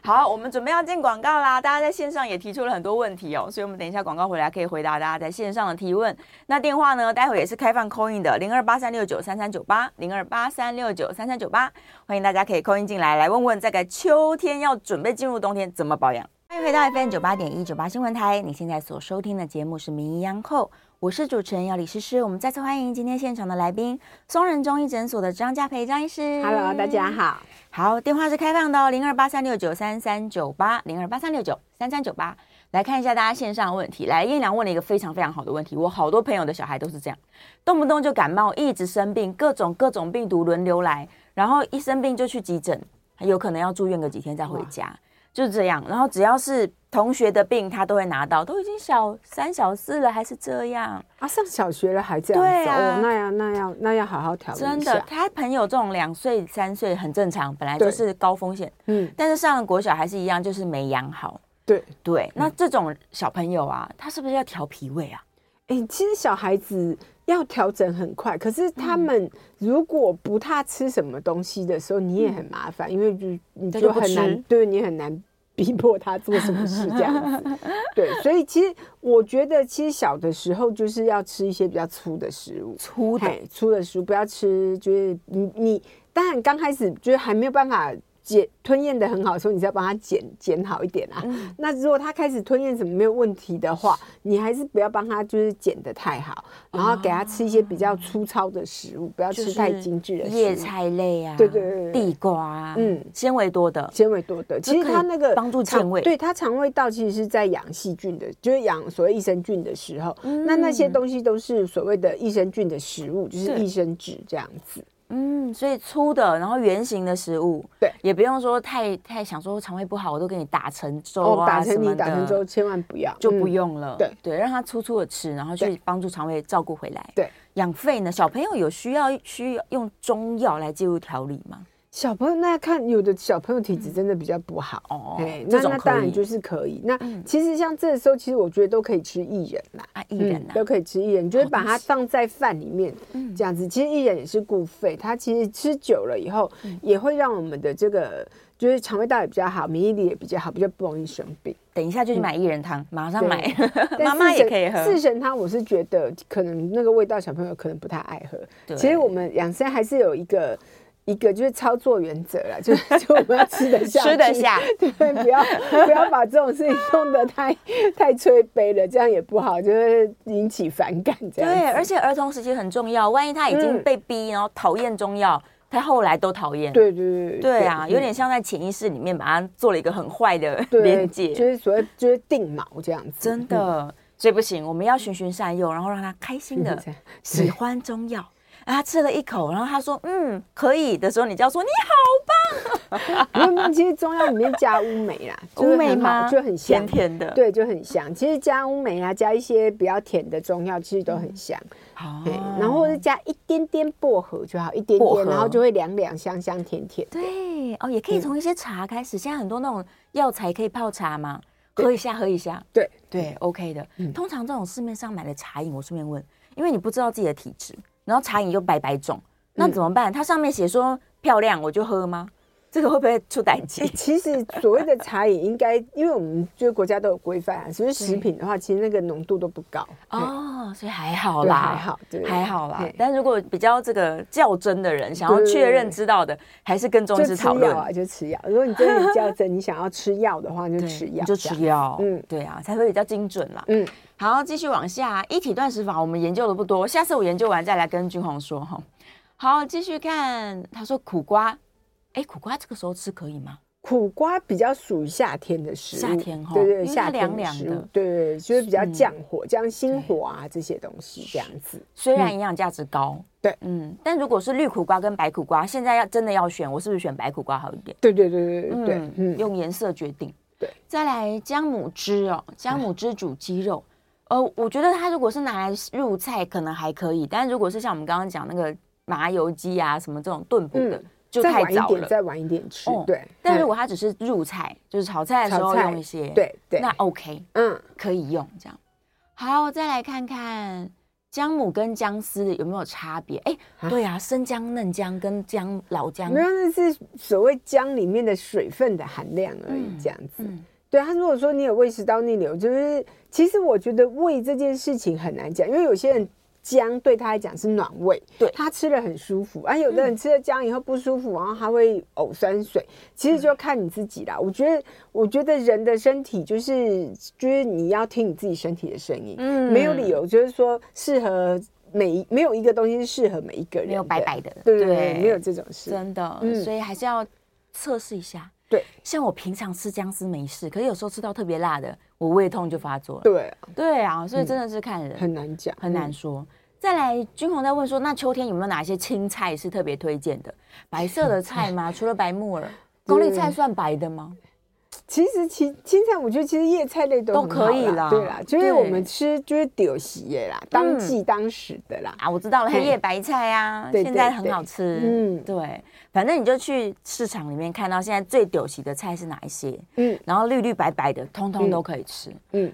B: 好，我们准备要进广告啦，大家在线上也提出了很多问题哦，所以我们等一下广告回来可以回答大家在线上的提问。那电话呢，待会也是开放 call in 的，零二八三六九三三九八，零二八三六九三三九八，欢迎大家可以 call in 进来，来问问这个秋天要准备进入冬天怎么保养。欢迎回到 FM 九八点一九八新闻台，你现在所收听的节目是《名医央叩》，我是主持人要李诗诗。我们再次欢迎今天现场的来宾，松仁中医诊所的张家培张医师。
C: Hello，大家。好。
B: 好，电话是开放的哦，零二八三六九三三九八，零二八三六九三三九八。来看一下大家线上的问题。来，燕良问了一个非常非常好的问题，我好多朋友的小孩都是这样，动不动就感冒，一直生病，各种各种病毒轮流来，然后一生病就去急诊，有可能要住院个几天再回家，就是这样。然后只要是同学的病，他都会拿到，都已经小三小四了，还是这样。
C: 啊，上小学了还这样
B: 对
C: 子、
B: 啊
C: 哦，那要那要那要好好调整
B: 真
C: 一
B: 的，
C: 下。
B: 他朋友这种两岁三岁很正常，本来就
C: 对
B: 是高风险。
C: 嗯，
B: 但是上了国小还是一样，就是没养好。
C: 对，
B: 对，
C: 嗯
B: 那这种小朋友啊，他是不是要调脾胃啊？
C: 哎、其实小孩子要调整很快，可是他们如果不太吃什么东西的时候，你也很麻烦，因为就你
B: 他就
C: 就
B: 不
C: 很
B: 吃
C: 难，对你很难逼迫他做什么事这样子。对，所以其实我觉得，其实小的时候就是要吃一些比较粗的食物，
B: 粗的
C: 嘿粗的食物不要吃，就是你你当然刚开始就是还没有办法解吞咽的很好的时候，你再帮他减减好一点啊。
B: 嗯
C: 那如果他开始吞咽怎么没有问题的话，你还是不要帮他就是减的太好，然后给他吃一些比较粗糙的食物，不要
B: 哦就
C: 吃
B: 是
C: 太精致的食物。
B: 叶菜类啊，
C: 对对对对对
B: 地瓜啊，嗯
C: 嗯，
B: 纤维多的，
C: 纤维多的，
B: 这
C: 其实
B: 可以
C: 它那个
B: 帮助
C: 肠
B: 健胃
C: 对它肠胃道其实是在养细菌的，就是养所谓益生菌的时候，
B: 嗯
C: 那那些东西都是所谓的益生菌的食物，就是
B: 对
C: 益生脂这样子。
B: 嗯，所以粗的，然后圆形的食物，
C: 对
B: 也不用说太太想说肠胃不好，我都给你打成粥
C: 哦，
B: 啊
C: 打
B: 什
C: 成
B: 么的，
C: 泥打成粥千万不要，
B: 就不
C: 嗯
B: 用了，
C: 对
B: 对，让它粗粗的吃，然后去
C: 对
B: 帮助肠胃照顾回来。
C: 对，
B: 养肺呢，小朋友有需要需要用中药来介入调理吗？
C: 小朋友那看有的小朋友体质真的比较不好，
B: 嗯哦
C: 哎，
B: 这
C: 那
B: 种
C: 那
B: 可
C: 当然
B: 以嗯
C: 就是可以。那其实像这时候，其实我觉得都可以吃薏仁啦，嗯
B: 啊，薏仁啊
C: 都，可以吃薏仁，你就是把它放在饭里面
B: 嗯
C: 这样子。其实薏仁也是固肺，它其实吃久了以后，
B: 嗯
C: 也会让我们的这个就是肠胃道也比较好，免疫力也比较好，比较不容易生病。
B: 等一下就去买薏仁汤，马上
C: 对
B: 买，
C: 但
B: 妈妈也
C: 四神
B: 可以喝。
C: 四神汤我是觉得可能那个味道小朋友可能不太爱
B: 对
C: 喝。其实我们养生还是有一个。一个就是操作原则啦，就是 就我们要吃得下，
B: 吃得下，
C: 对，不要不要把这种事情弄得太太催悲了，这样也不好，就会引起反感这样子。
B: 对，而且儿童时期很重要，万一他已经
C: 嗯
B: 被逼，然后讨厌中药，他后来都讨厌。
C: 对对对
B: 对啊，有
C: 嗯
B: 点像在潜意识里面把它做了一个很坏的
C: 对，
B: 连
C: 就
B: 接，
C: 是所谓就是定锚这样子，
B: 真的。所以不行，我们要循循善诱，然后让他开心的
C: 嗯。对
B: 喜欢中药。啊，他吃了一口，然后他说：“嗯，可以的时候，你就要说你好
C: 因为其实中药里面加乌梅啦，就是
B: 乌梅
C: 很好
B: 吗
C: 就很
B: 甜
C: 香，
B: 甜的。”，
C: 对，就很香。其实加乌梅啊，加一些比较甜的中药，其实都很香。
B: 好
C: 对，，然后或者加一点点薄荷就好，一点
B: 嗯哦薄荷
C: 点，然后就会凉凉、香香、甜甜。
B: 对哦，也
C: 嗯
B: 可以从一些茶开始。现在很多那种药材可以泡茶嘛，
C: 对
B: 喝一下，喝一下，
C: 对，嗯
B: 对，OK 的。通常这种市面上买的茶饮，我顺便问，因为你不知道自己的体质，然后茶饮又白白种，
C: 嗯
B: 那怎么办？它上面写说漂亮，我就喝吗？这个会不会出 代
C: 哎
B: 际？
C: 其实所谓的茶饮应该，因为我们就是国家都有规范啊，所以食品的话，其实那个浓度都不高。哦，
B: 哦，所以还好
C: 对
B: 啦，
C: 还好，对，
B: 还好啦
C: 对。
B: 但如果比较这个较真的人，想要
C: 对对
B: 确认知道的，还是跟中
C: 就
B: 医师
C: 吃
B: 讨论
C: 药。啊，就吃药。如果你真的比较真，你想要吃药的话，就
B: 对
C: 吃
B: 你
C: 药，
B: 就
C: 这样
B: 吃药，嗯
C: 嗯，
B: 对啊，才会比较精准啦。
C: 嗯，
B: 好，继续往下，一体断食法我们研究的不多，下次我研究完再来跟君宏说哈。好，继续看，他说苦瓜，哎，苦瓜这个时候吃可以吗？
C: 苦瓜比较属于夏天的食物，
B: 夏天吼
C: 对
B: 因为
C: 对，
B: 它
C: 夏天
B: 凉凉
C: 食
B: 的
C: 物对对对，就是比较
B: 嗯
C: 降火、降心火啊这些东西，这样子。
B: 虽然营养价值高，
C: 对
B: 嗯，但如果是绿苦瓜跟白苦瓜，现在要真的要选，我是不是选白苦瓜好一点？
C: 对对对对对对
B: 嗯，，
C: 嗯，
B: 用颜色决定。
C: 对，
B: 再来姜母汁哦，姜母汁煮鸡肉，呃，我觉得它如果是拿来入菜，可能还可以，但如果是像我们刚刚讲那个麻油鸡啊，什么这种炖补的，
C: 嗯
B: 就
C: 再
B: 太
C: 晚一
B: 早
C: 点，
B: 了。
C: 再晚一点吃
B: 哦，
C: 对。
B: 但如
C: 嗯
B: 果它只是入菜，就是炒菜的时候
C: 炒菜
B: 用一些，，
C: 对对，
B: 那 OK
C: 嗯，
B: 可以用这样。好，再来看看姜母跟姜丝有没有差别？哎、
C: 啊
B: 对啊，生姜、嫩姜跟姜老姜，
C: 没有，那是所谓姜里面的水分的含量而已
B: 嗯，
C: 这样子。
B: 嗯，
C: 对他，如果说你有胃食道逆流，就是其实我觉得胃这件事情很难讲，因为有些人姜对他来讲是暖胃，
B: 对嗯
C: 他吃了很舒服，啊，有的人吃了姜以后不舒服，然后他会呕酸水，其实
B: 嗯
C: 就看你自己啦。我觉得，我觉得人的身体就是就是你要听你自己身体的声音，
B: 嗯
C: 没有理由就是说适合每一没有一个东西是适合每一个人的，
B: 没有白白的，
C: 对对对，没有这种事，
B: 真的，
C: 嗯
B: 所以还是要测试一下。
C: 对
B: 像我平常吃姜丝没事，可是有时候吃到特别辣的，我胃痛就发作了。
C: 对啊，
B: 对啊，所以真的是看人，
C: 很难讲，
B: 很难
C: 嗯
B: 说。再来，君宏在问说，那秋天有没有哪些青菜是特别推荐的？白色的菜 吗？除了白木耳，高丽菜算白的吗？
C: 其实青青菜，我觉得其实叶菜类都
B: 都
C: 很
B: 可
C: 好
B: 以啦
C: 对啦，就是我们
B: 对嗯
C: 吃就是丢席耶啦，当季当时的 啦。
B: 啊，我知道了，
C: 嘿
B: 黑叶白菜啊，
C: 对
B: 现在
C: 对
B: 很好吃。嗯，
C: 嗯
B: 对，反正你就去市场里面看到现在最丢席的菜是哪一些，
C: 嗯
B: 然后绿绿白白的，通通都可以吃。
C: 嗯，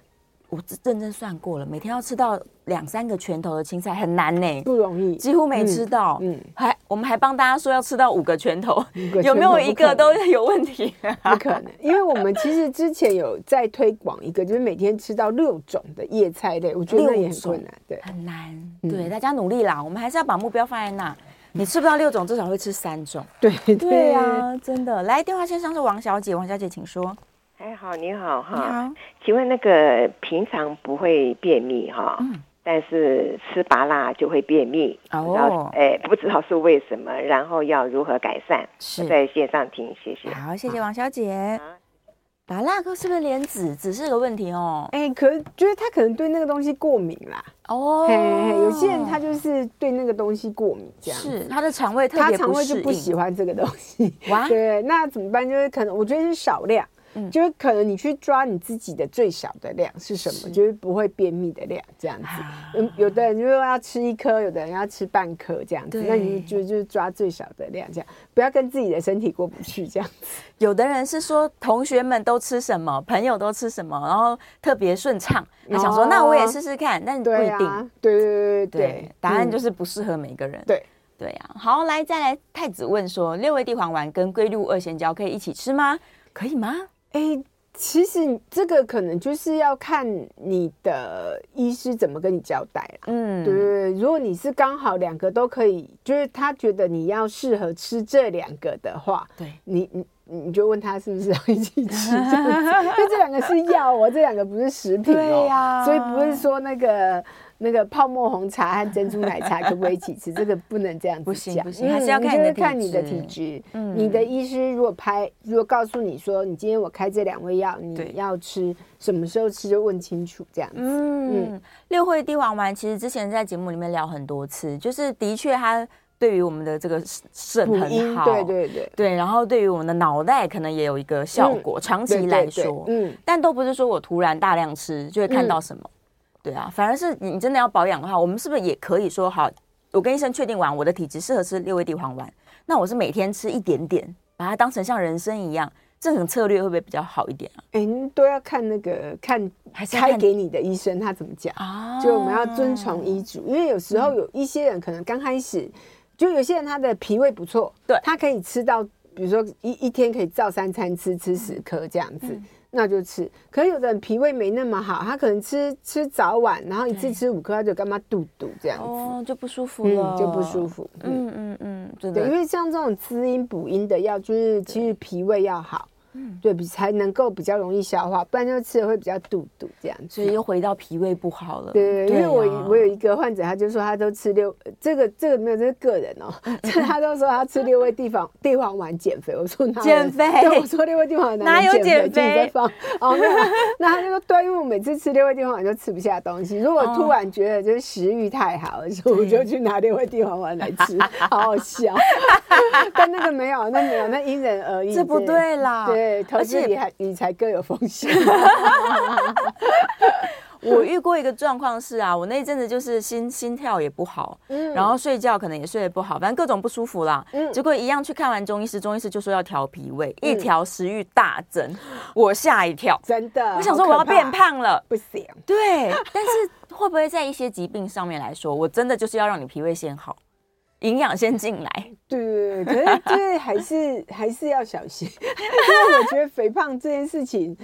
B: 我这认真算过了，每天要吃到两三个拳头的青菜很难呢，
C: 不容易。
B: 几乎没吃到。嗯
C: 嗯，
B: 还我们还帮大家说要吃到五个拳头，
C: 个拳头
B: 有没有一个
C: 不可
B: 都有问题、
C: 不可能，因为我们其实之前有在推广一个，就是每天吃到六种的叶菜类，我觉得那
B: 六
C: 也很
B: 种
C: 困难。对，
B: 很难。对，大家努力啦，我们还是要把目标放在那。你吃不到六种，至少会吃三种。
C: 嗯对
B: 对啊，真的。来，电话线上是王小姐，王小姐请说。
D: 哎，好，你
B: 你
D: 好哈，
B: 好，
D: 请问那个平常不会便秘哈，
B: 嗯
D: 但是吃拔辣就会便秘，
B: 哦
D: 不知道哎，不知道是为什么，然后要如何改善？
B: 是
D: 我在线上听，谢谢。
B: 好，谢谢王小姐
D: 好。
B: 拔蜡哥是不是连籽籽是个问题哦？
C: 哎、可是觉得他可能对那个东西过敏啦。
B: 哦
C: 嘿嘿，有些人他就是对那个东西过敏，这样。
B: 是他的肠胃特
C: 他
B: 别
C: 肠胃就
B: 适
C: 不喜
B: 应。
C: 欢这个东西，
B: 哇
C: 对，那怎么办？就是可能我觉得是少量，
B: 嗯
C: 就是可能你去抓你自己的最小的量是什么，就是不会便秘的量这样子。
B: 啊
C: 有有的人就说要吃一颗，有的人要吃半颗这样子，
B: 对
C: 那你就就是抓最小的量这样，不要跟自己的身体过不去这样子。
B: 有的人是说同学们都吃什么，朋友都吃什么，然后特别顺畅，他想说
C: 哦
B: 那我也试试看，但不
C: 对
B: 一
C: 啊
B: 定。，
C: 对对对对、
B: 对，答案就是
C: 嗯
B: 是不适合每个人。
C: 对。
B: 对呀、好，来再来，太子问说，六味地黄丸跟龟鹿二仙胶可以一起吃吗？可以吗？
C: 哎、其实这个可能就是要看你的医师怎么跟你交代啦。
B: 嗯，
C: 对对对，如果你是刚好两个都可以，就是他觉得你要适合吃这两个的话，
B: 对
C: 你你你就问他是不是要一起吃，这样子因为这两个是药哦，这两个不是食品哦，
B: 对呀
C: 所以不是说那个那个泡沫红茶和珍珠奶茶可不可以一起吃，这个不能这样子
B: 不行
C: 讲
B: 不行还是要看你的
C: 就
B: 体
C: 是看你的
B: 质
C: 体质，
B: 嗯
C: 你的医师如果拍，如果告诉你说你今天我开这两味药，
B: 对
C: 你要吃什么时候吃就问清楚这样子，
B: 嗯，六会地黄丸其实之前在节目里面聊很多次，就是的确它对于我们的这个肾
C: 补
B: 很
C: 阴
B: 好，
C: 对对对。
B: 对，然后对于我们的脑袋可能也有一个效果，长期
C: 对对
B: 来
C: 嗯对
B: 说，
C: 嗯，
B: 但都不是说我突然大量吃就会看到什么，
C: 嗯
B: 对啊，反而是你真的要保养的话，我们是不是也可以说好，我跟医生确定完我的体质适合吃六味地黄丸，那我是每天吃一点点，把它当成像人参一样，这种策略会不会比较好一点啊？
C: 哎、你都要看那个看
B: 还是要
C: 开
B: 看
C: 给你的医生他怎么讲，
B: 啊
C: 就我们要遵从医
B: 哦
C: 嘱，因为有时候有一些人可能刚开始，就有些人他的脾胃不错，
B: 对
C: 他可以吃到，比如说一一天可以照三餐吃，吃十颗这样子。
B: 嗯
C: 那就吃，可是有的人脾胃没那么好，他可能吃吃早晚，然后一次
B: 对
C: 吃五颗，他就干嘛肚肚这样子，
B: 哦，就不舒服了，
C: 嗯，就不舒。服。嗯，
B: 嗯嗯嗯，真
C: 对，因
B: 的，
C: 为像这种滋阴补阴的药，就是其实脾胃要好，对比才能够比较容易消化，不然就吃的会比较肚肚这样子
B: 所。以又回到脾胃不好了。
C: 对对，对因为
B: 啊
C: 我我有一个患者，他就说他都吃六，呃这个这个没有，这是个人 哦，这他都说他吃六味地黄地黄丸减肥，我说哪有
B: 减肥
C: 对，我说六味地黄丸
B: 哪有
C: 能减
B: 减肥
C: 自己在放哦，没有啊，那他就说对，因为我每次吃六味地黄丸就吃不下东西，如果
B: 哦
C: 突然觉得就是食欲太好的时候，我就去拿六味地黄丸来吃，好好笑， 但那个没有，那没有，那因人而 异，
B: 这不对啦
C: 对，投
B: 而
C: 资
B: 且
C: 理财理财各有风 险，
B: 我遇过一个状况是啊，我那一阵子就是心心跳也不好，
C: 嗯
B: 然后睡觉可能也睡得不好，反正各种不舒服啦。
C: 嗯
B: 结果一样去看完中医师，中医师就说要调脾胃，一调食欲大增，我吓一跳，
C: 真的，
B: 我想说
C: 好
B: 我
C: 可
B: 要变
C: 怕，
B: 胖了。
C: 不行。
B: 对，但是会不会在一些疾病上面来说，我真的就是要让你脾胃先好，营养先进来？
C: 对对对，可是就是还是还是要小心， 因为我觉得肥胖这件事情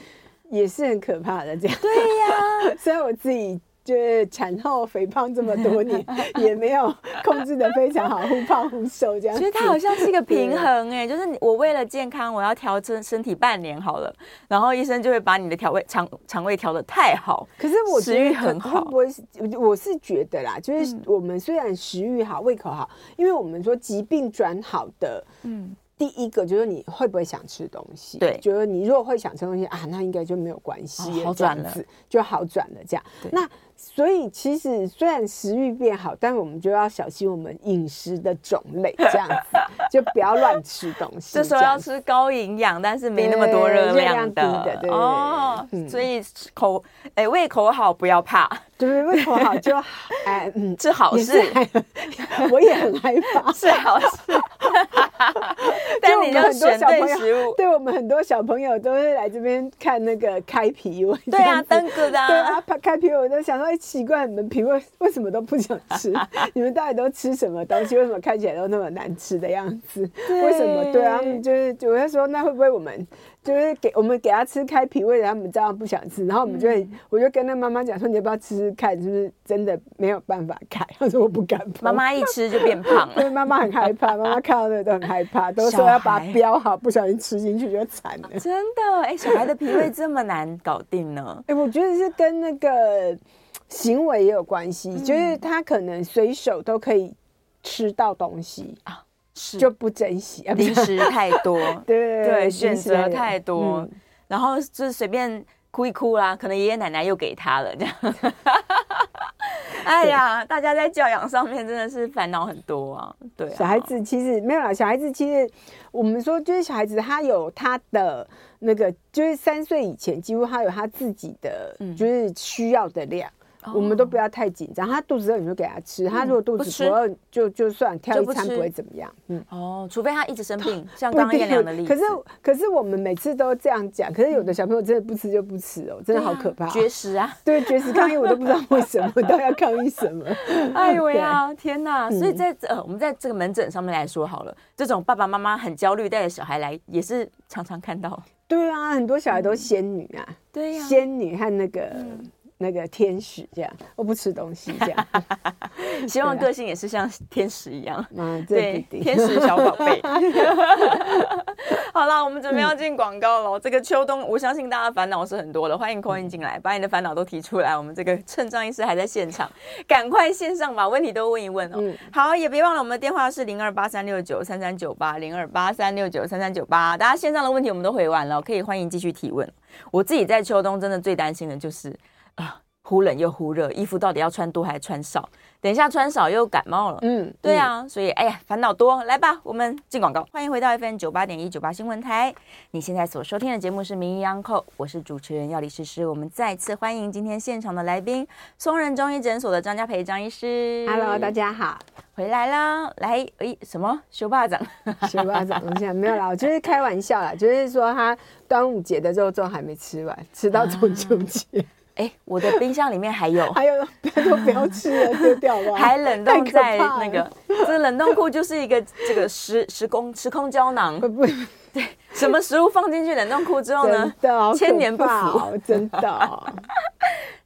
C: 也是很可怕的。这样，
B: 对呀、
C: 虽然我自己就是产后肥胖这么多 年，也没有控制的非常好，忽胖忽瘦这样子。
B: 所以它好像是一个平衡哎、就是你我为了健康，我要调整身体半年好了，然后医生就会把你的调胃肠肠胃调得太好，
C: 可是我觉
B: 食欲
C: 得
B: 很
C: 可
B: 好嗯
C: 会不会是？我我是觉得啦，就是我们虽然食欲好、胃口好，因为我们说疾病转好的，
B: 嗯
C: 嗯，第一个就是你会不会想吃东西？
B: 对
C: 就是你如果会想吃东西啊，那应该就没有关系
B: 哦
C: 了，
B: 好
C: 这样
B: 转了
C: 子就好转了。这样
B: 对，
C: 那所以其实虽然食欲变好，但我们就要小心我们饮食的种类，这 样子就不要乱吃东西。
B: 这时候要
C: 样子
B: 吃高营养，但是没那么多热量
C: 对热量低的对
B: 哦，
C: 嗯
B: 所以口哎、胃口好不要怕，
C: 对胃口好就好哎嗯，
B: 是好
C: 也是
B: 事，
C: 害， 我也很害怕。
B: 是好 事。但你
C: 就我
B: 就
C: 们
B: 选
C: 很多小
B: 对
C: 朋
B: 食
C: 友，
B: 物，
C: 对我们很多小朋友都会来这边看那个开脾胃。
B: 对啊，
C: 这样
B: 登
C: 子
B: 哥的
C: 对啊
B: 啊，，
C: 开开脾胃，我都想说，哎，奇怪，你们脾胃为什么都不想吃？ 你们到底都吃什么东西？为什么看起来都那么难吃的样子？为什么？对啊，他们就是我会说，那会不会我们就是给我们给他吃开脾胃的，他们知道不想吃，然后我们就会，
B: 嗯
C: 我就跟他妈妈讲说，你要不要吃吃看，是不是真的没有办法开？ 他说我不敢碰。
B: 妈妈一吃就变胖
C: 对，
B: 了，
C: 妈妈很害怕，妈妈看到那个都很害怕，都说要把它标好，不小心吃进去就惨了。
B: 真的哎，小孩的脾胃这么难搞定呢？
C: 哎、我觉得是跟那个行为也有关系，就是他可能随手都可以吃到东西，
B: 是
C: 就不珍惜，啊、不是
B: 零食太多，
C: 啊 对对对
B: 对，
C: 零
B: 选
C: 食
B: 择
C: 类的
B: 太多，
C: 嗯
B: 然后就是随便哭一哭啦，可能爷爷奶奶又给他了 这样。哎呀，大家在教养上面真的是烦恼很多啊，对啊
C: 小孩子其实没有啦，小孩子其实我们说就是小孩子，他有他的那个，就是三岁以前，几乎他有他自己的，
B: 嗯
C: 就是需要的量。
B: 哦
C: 我们都不要太紧张，他肚子饿你就给他吃，他如果肚
B: 不
C: 子
B: 吃
C: 不饿就就算挑
B: 就
C: 一
B: 不
C: 餐
B: 吃
C: 不会怎么样。嗯，
B: 哦，除非他一直生病，像
C: 不一
B: 刚刚
C: 定
B: 燕良的例子，
C: 可是可是我们每次都这样讲，可是有的小朋友真的不吃就不吃哦，真的好可怕。
B: 啊绝食 啊！
C: 对绝食抗议我都不知道为什么， 到底要抗议什么？
B: 哎呦喂啊，天哪！
C: 嗯
B: 所以在这呃，我们在这个门诊上面来说好了，这种爸爸妈妈很焦虑带着小孩来，也是常常看到。
C: 对啊，很多小孩都仙女啊。
B: 对呀、嗯
C: 仙女和那个、那个天使这样，我不吃东西这 样，
B: 希望
C: 对啊
B: 个性也是像天使一样。
C: 妈这
B: 对
C: 弟，弟
B: 天使小宝贝。 嗯好了，我们准备要进广告了。这个秋冬，我相信大家烦恼是很多的，欢迎 call in 进来，把你的烦恼都提出来。我们这个趁张医师还在现场，赶快线上把问题都问一问哦。
C: 嗯
B: 好，也别忘了我们的电话是零二八三六九三三九八零二八三六九三三九八。大家线上的问题我们都回完了，可以欢迎继续提问。我自己在秋冬真的最担心的就是啊，忽冷又忽热，衣服到底要穿多还是穿少？等一下穿少又感冒了。
C: 嗯，
B: 对
C: 嗯，
B: 啊，所以哎呀，烦恼多，来吧，我们进广告。欢迎回到 FM 九八点一九八新闻台，你现在所收听的节目是《名医央叩》，我是主持人药理诗诗。我们再次欢迎今天现场的来宾，松仁中医诊所的张家培张医师。
C: Hello，大 家好，
B: 回来啦！来，哎，什么修霸掌？
C: 学霸长一下，啊没有啦，我就是开玩笑啦，就是说他端午节的肉粽还没吃完，吃到中秋节，
B: 哎，我的冰箱里面还有，
C: 还有他说不要吃了，丢掉吧，
B: 还冷冻在
C: 太可怕
B: 那
C: 了
B: 个，这个冷冻库就是一个这个时时空时空胶 囊，
C: 会不会
B: 什么食物放进去冷冻库之后呢
C: 真，的好可
B: 千年不
C: 怕
B: 腐。
C: 哦，真的哦，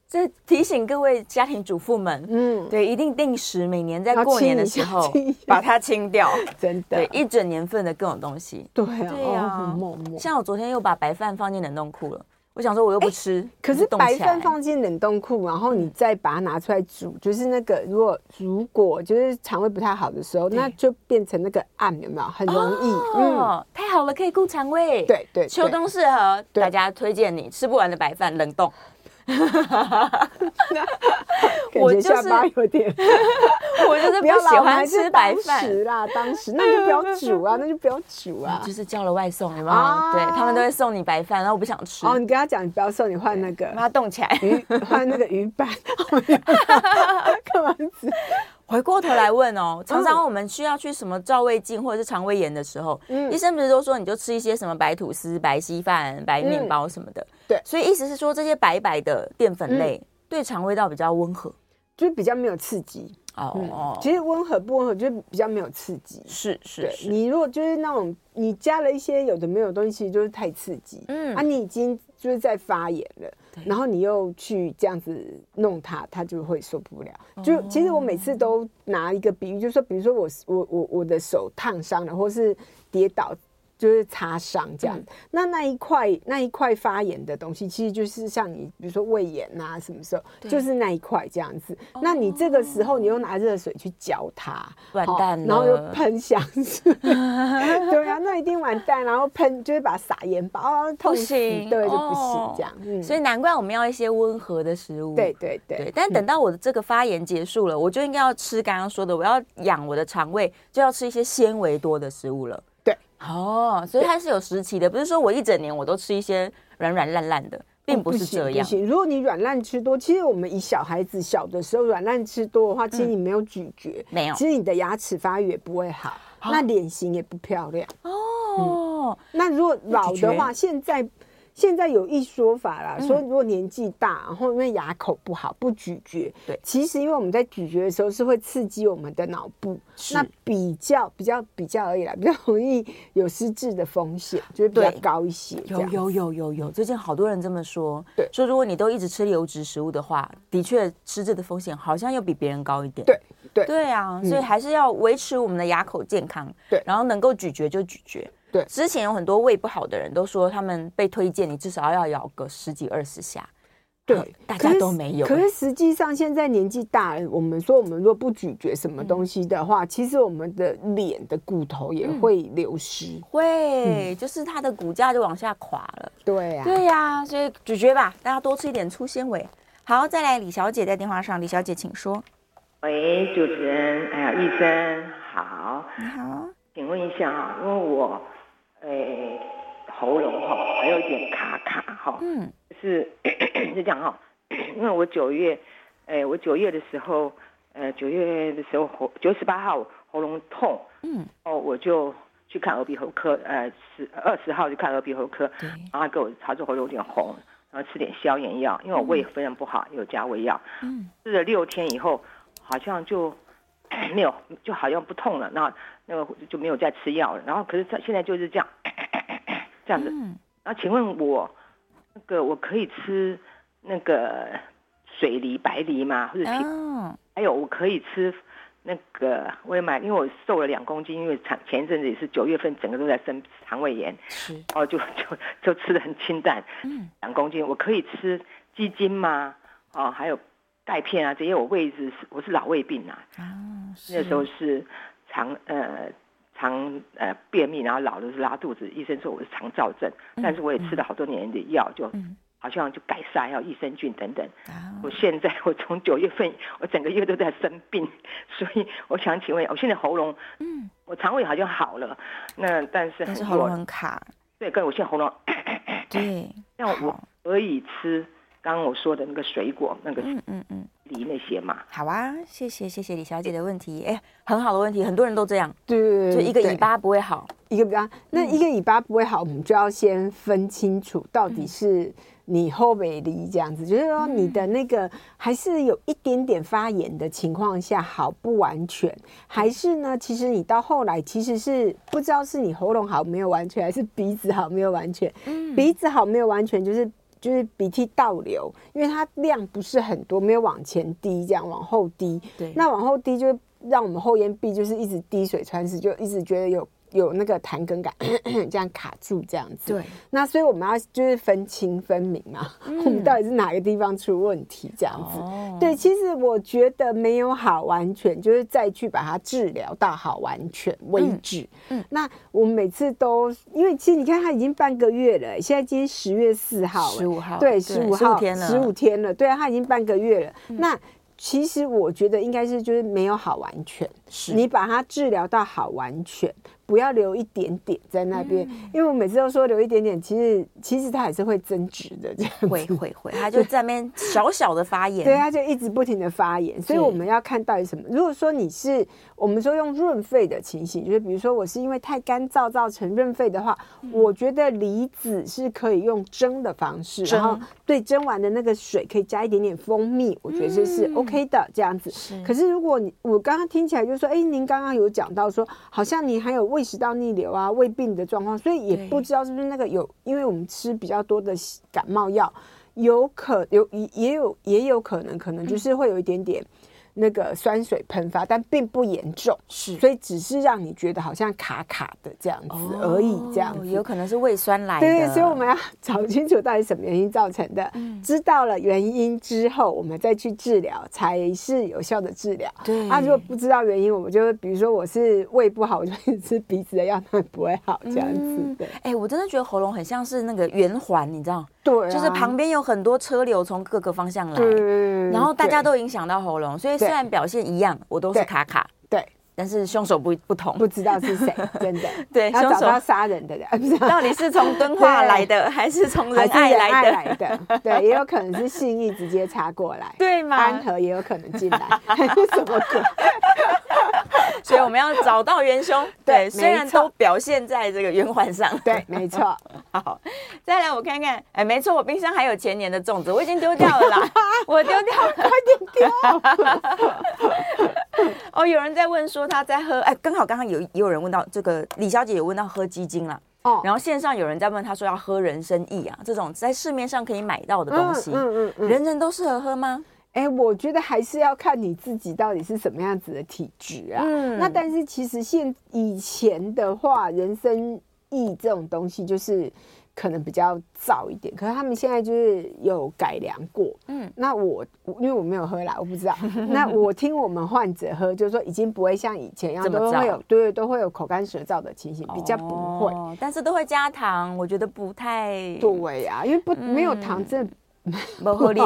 B: 这提醒各位家庭主妇们，
C: 嗯，
B: 对，一定定时每年在
C: 要
B: 过年的
C: 清
B: 时
C: 一下
B: 候
C: 清一下啊
B: 把它清掉，
C: 真 的
B: 对，，一整年份的各种东西。
C: 对
B: 对
C: 啊，
B: 啊
C: 哦，很梦梦。
B: 像我昨天又把白饭放进冷冻库了，我想说我又不吃，
C: 哎可是
B: 冻
C: 白
B: 起
C: 饭
B: 来
C: 放进冷冻库，然后你再把它拿出来煮，
B: 嗯
C: 就是那个如果如果就是肠胃不太好的时候，那就变成那个暗有没有？很容易，嗯，
B: 哦，太好了，可以顾肠胃。
C: 对对，对
B: 秋冬适合，
C: 对
B: 大家推荐你吃不完的白饭冷 冻。
C: 感
B: 我
C: 觉
B: 就
C: 下巴
B: 是
C: 有点，
B: 我就是
C: 不
B: 不
C: 要啦
B: 喜
C: 我们还
B: 欢
C: 是
B: 吃白
C: 当
B: 饭，
C: 时啦，当时那就不要 煮啊，那就不要煮啊
B: 就。是叫了外送，有没有？
C: 啊
B: 对他们都会送你白饭，然后我不想吃，
C: 哦，你跟嗯他讲，你不要送，你换那
B: 把
C: 个
B: 它冻起来。
C: 鱼， 换那个鱼板， 干嘛子？
B: 回过头来问
C: 嗯
B: 哦，常常我们需要去什么照胃镜或者是肠胃炎的时候，
C: 嗯
B: 医生不是都说你就吃一些什么白吐司、白稀饭、白面包什么的？
C: 嗯对嗯
B: 所以意思是说这些白白的淀粉类、对肠胃道比较温和
C: 就是比较没有刺激。
B: 哦。
C: 嗯
B: 哦，
C: 其实温和不温和，就是比较没有刺激。
B: 是是
C: 对
B: 是，
C: 你如果就是那种你加了一些有的没有的东西，其实就是太刺激，
B: 嗯
C: 啊，你已经就是在发炎了，然后你又去这样子弄它，它就会受不了。
B: 哦
C: 就其实我每次都拿一个比喻，就是说，比如说我我我我的手烫伤了，或是跌倒。就是擦伤这样，
B: 嗯
C: 那那一块那一块发炎的东西，其实就是像你，比如说胃炎啊，什么时候就是那一块这样子。
B: 哦
C: 那你这个时候你又拿热水去浇它，
B: 完
C: 好
B: 蛋
C: 然后又
B: 了
C: 喷香 水，对啊，那一定完蛋。然后喷就是把撒盐把哦，痛死，
B: 行
C: 对，就不
B: 哦
C: 行这样。嗯，
B: 所以难怪我们要一些温和的食物。
C: 对对哦对，嗯
B: 对，但等到我的这个发炎结束了，我就应该要吃刚刚说的，我要养我的肠胃，就要吃一些纤维多的食物了。
C: 对，
B: 哦，所以它是有时期的，不是说我一整年我都吃一些软软烂烂的，并不是
C: 行
B: 这样
C: 哦不。行，如果你软烂吃多，其实我们以小孩子小的时候软烂吃多的话，其实你没有咀嚼，
B: 嗯没有
C: 其实你的牙齿发育也不会好，那脸型也不漂亮。
B: 哦，
C: 那如果老的
B: 咀嚼
C: 话，现在。现在有一说法啦，
B: 嗯
C: 说如果年纪大，然后因为牙口不好不咀嚼，
B: 对
C: 其实因为我们在咀嚼的时候是会刺激我们的脑部，
B: 是
C: 那比较比较比较而已啦，比较容易有失智的风险，就是比较
B: 对
C: 高一些。这
B: 有
C: 样
B: 有有有有，最近好多人这么说，
C: 对
B: 说如果你都一直吃流质食物的话，的确失智的风险好像又比别人高一点。
C: 对对
B: 对啊，
C: 嗯
B: 所以还是要维持我们的牙口健康，
C: 对
B: 然后能够咀嚼就咀嚼。
C: 对
B: 之前有很多胃不好的人都说，他们被推荐你至少要咬个十几二十下，
C: 对
B: 好，大
C: 可
B: 家
C: 是
B: 都没有、
C: 可是实际上，现在年纪大了，我们说我们若不咀嚼什么东西的
B: 嗯
C: 话，其实我们的脸的骨头也会流失。
B: 会，就是它的骨架就往下垮了。
C: 对啊，
B: 对呀、所以咀嚼吧，大家多吃一点粗纤维。好，再来，李小姐在电话上，李小姐请说。
D: 喂，主持人，哎呀，医生好，
B: 你好，
D: 请问一下啊，因为我，诶、喉咙哈还有一点卡卡哈，
B: 嗯，
D: 是 是这样哈、因为我九月，诶、我九月的时候，呃，九月的时候喉九十八号喉咙痛，
B: 嗯，
D: 哦，我就去看耳鼻喉科，呃，十二十号去看耳鼻喉科，
B: 对
D: 然后他给我他说喉咙有点红，然后吃点消炎药，因为我胃非常不好，有加胃药，
B: 嗯，
D: 吃了六天以后，好像就 没有，就好像不痛了，那那个就没有再吃药了，然后可是他现在就是这样， 这样子，
B: 嗯，
D: 然后请问我那个我可以吃那个水梨、白梨吗？或者
C: 嗯
D: 是
B: 哦，
D: 还哎有我可以吃那个我也买，因为我瘦了两公斤，因为前前一阵子也是九月份，整个都在生肠胃炎，
B: 是，
D: 哦，就 就就吃的很清淡，
B: 嗯，
D: 两公斤，我可以吃鸡精吗？哦，还有钙片啊，这些我胃是我是老胃病啊，
B: 哦，
D: 那时候是肠呃肠呃便秘，然后老的是拉肚子，医生说我是肠燥症，但是我也吃了好多年的药，就
B: 嗯
D: 好像就改善，还有益生菌等等。
B: 啊
D: 我现在我从九月份，我整个月都在生病，所以我想请问，我现在喉咙，
B: 嗯，
D: 我肠胃好像好了，那但是
B: 但是
D: 很
B: 喉咙
D: 弱，
B: 很卡，
D: 对，跟我现在喉咙，
C: 哎
B: 对，
D: 但我
B: 好
D: 可以吃刚刚我说的那个水果，那个
B: 嗯嗯嗯，
D: 梨那些嘛，
B: 好啊，谢谢谢谢李小姐的问题，哎，很好的问题，很多人都这样，
C: 对对对，
B: 就一个
C: 嗯对
B: 尾巴不会好，
C: 一个比较，那一个尾巴不会好，我们就要先分清楚到底是你后尾离这样子，就是说你的那个还是有一点点发炎的情况下好不完全，还是呢，其实你到后来其实是不知道是你喉咙好没有完全，还是鼻子好没有完全，
B: 嗯，
C: 鼻子好没有完全就是。就是鼻涕倒流，因为它量不是很多，没有往前滴，这样往后滴，
B: 对，
C: 那往后滴就会让我们后咽壁就是一直滴水穿石，就一直觉得有有那个弹根感， 这样卡住这样子。，
B: 对，嗯
C: 那所以我们要就是分清分明嘛，我们到底是哪个地方出问题这样子。
B: 哦
C: 对，，其实我觉得没有好完全，就是再去把它治疗到好完全为止。
B: 嗯嗯
C: 那我每次都，因为其实你看，它已经半个月了，现在今天十月四号了，
B: 十五号，
C: 对，十五号，
B: 15天了，嗯
C: 十五天了，对啊，他已经半个月了。那其实我觉得应该是就是没有好完全，
B: 是
C: 你把它治疗到好完全，不要留一点点在那边，
B: 嗯
C: 因为我每次都说留一点点，其实其实它还是会增值的这样子。
B: 会会会，它就在那边小小的发炎，
C: 对，啊它就一直不停的发炎，所以
B: 对
C: 我们要看到底什么。如果说你是我们说用润肺的情形，就是比如说我是因为太干燥造成润肺的话，
B: 嗯
C: 我觉得离子是可以用蒸的方式，
B: 蒸
C: 然后对蒸完的那个水可以加一点点蜂蜜，我觉得这是
B: 嗯
C: OK 的这样子。
B: 是
C: 可是如果你我刚刚听起来就说，哎，您刚刚有讲到说，好像您还有胃食道逆流啊、胃病的状况，所以也
B: 对
C: 不知道是不是那个有，因为我们吃比较多的感冒药，有可有也也有也有可能，可能
B: 嗯
C: 就是会有一点点那个酸水喷发，但并不严重，
B: 是
C: 所以只是让你觉得好像卡卡的这样子
B: 哦
C: 而已，这样
B: 有
C: 子。
B: 可能是胃酸来的，
C: 对，所以我们要找清楚到底什么原因造成的，
B: 嗯
C: 知道了原因之后，我们再去治疗才是有效的治疗。
B: 对
C: 啊，如果不知道原因，我们就比如说我是胃不好，我就一直吃鼻子的药，那不会好这样子
B: 嗯
C: 对
B: 哎、我真的觉得喉咙很像是那个圆环，你知道，
C: 对啊，
B: 就是旁边有很多车流从各个方向来，
C: 对，
B: 然后大家
C: 对
B: 都影响到喉咙，所以虽
C: 对
B: 然表现一样，我都是
C: 对
B: 卡卡，
C: 对
B: 但是凶手不不 同，
C: 不知道是谁，真的
B: 对
C: 要
B: 凶
C: 找
B: 手
C: 到杀人的 人，啊不是啊
B: 到底是 从敦化
C: 对
B: 来的，还是从
C: 还
B: 仁
C: 是
B: 爱
C: 仁
B: 来的？
C: 来的， 对，也有可能是信义直接插过来，
B: 对吗
C: 安和也有可能进来，什么鬼？
B: 所以我们要找到元凶。
C: 对
B: 对，虽然
C: 没错
B: 都表现在这个圆环上。
C: 对，没错，
B: 好， 再来我看看，哎，没错，我冰箱还有前年的粽子，我已经丢掉了啦， 我丢掉了，快点 丢。哦，有人在问说他在喝，哎，刚好刚刚有也有人问到这个李小姐有问到喝鸡精啦。
C: 哦
B: 然后线上有人在问，他说要喝人参意啊，这种在市面上可以买到的东西，
C: 嗯嗯。
B: 人人都适合喝吗？
C: 哎、我觉得还是要看你自己到底是什么样子的体质啊。
B: 嗯
C: 那但是其实现以前的话，人参意这种东西就是可能比较燥一点，可是他们现在就是有改良过。
B: 嗯
C: 嗯，那我我因为我没有喝啦，我 不知道。那我听我们患者喝，就是说已经不会像以前一样
B: 这么
C: 都会
B: 燥
C: 有对都会有口干舌燥的情形，比较不会。
B: 哦，但是都会加糖，我觉得不太
C: 对啊，因为不、没有
B: 嗯
C: 糖真的
B: 不合 理。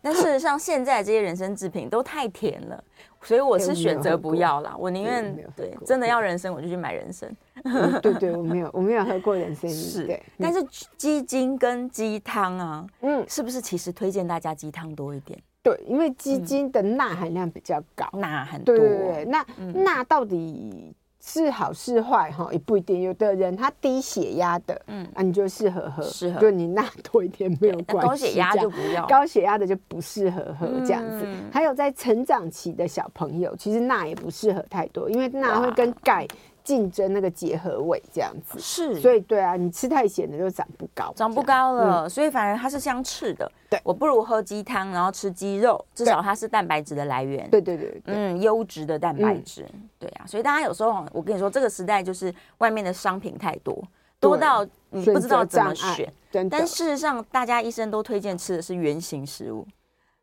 B: 但事实上，现在这些人参制品都太甜了，所以我是选择不要啦。我宁愿
C: 对我没有喝
B: 对
C: 过
B: 真的要人参，我就去买人参。
C: 我对对，我没有我没有喝过人参饮，对，
B: 但
C: 是
B: 是鸡精跟鸡汤啊，
C: 嗯
B: 是不是其实推荐大家鸡汤多一点，
C: 对，因为鸡精的钠含量比较高，
B: 嗯钠很多嗯
C: 对对对，那钠、到底是好是坏哈也不一定，有的人他低血压的，
B: 嗯
C: 嗯啊你就适合喝，
B: 适合
C: 就你钠多一点没有
B: 那
C: 关系，
B: 高血压
C: 这
B: 就
C: 样
B: 不要。
C: 高血压的就不适合喝这样子。
B: 嗯
C: 还有在成长期的小朋友，其实钠也不适合太多，因为钠会跟钙竞争那个结合位这样子，
B: 是，
C: 所以对啊，你吃太咸的就长不高，
B: 长不
C: 这样。
B: 高了，所以反而它是相斥的。
C: 对
B: 我不如喝鸡汤，然后吃鸡肉，至
C: 对
B: 少它是蛋白质的来源。
C: 对对对对
B: 嗯，优质的蛋白质，对啊，所以大家有时候，我跟你说，这个时代就是外面的商品太多，多到你不知道怎么
C: 选择障
B: 选
C: 碍。真的
B: 但事实上，大家医生都推荐吃的是原形食物。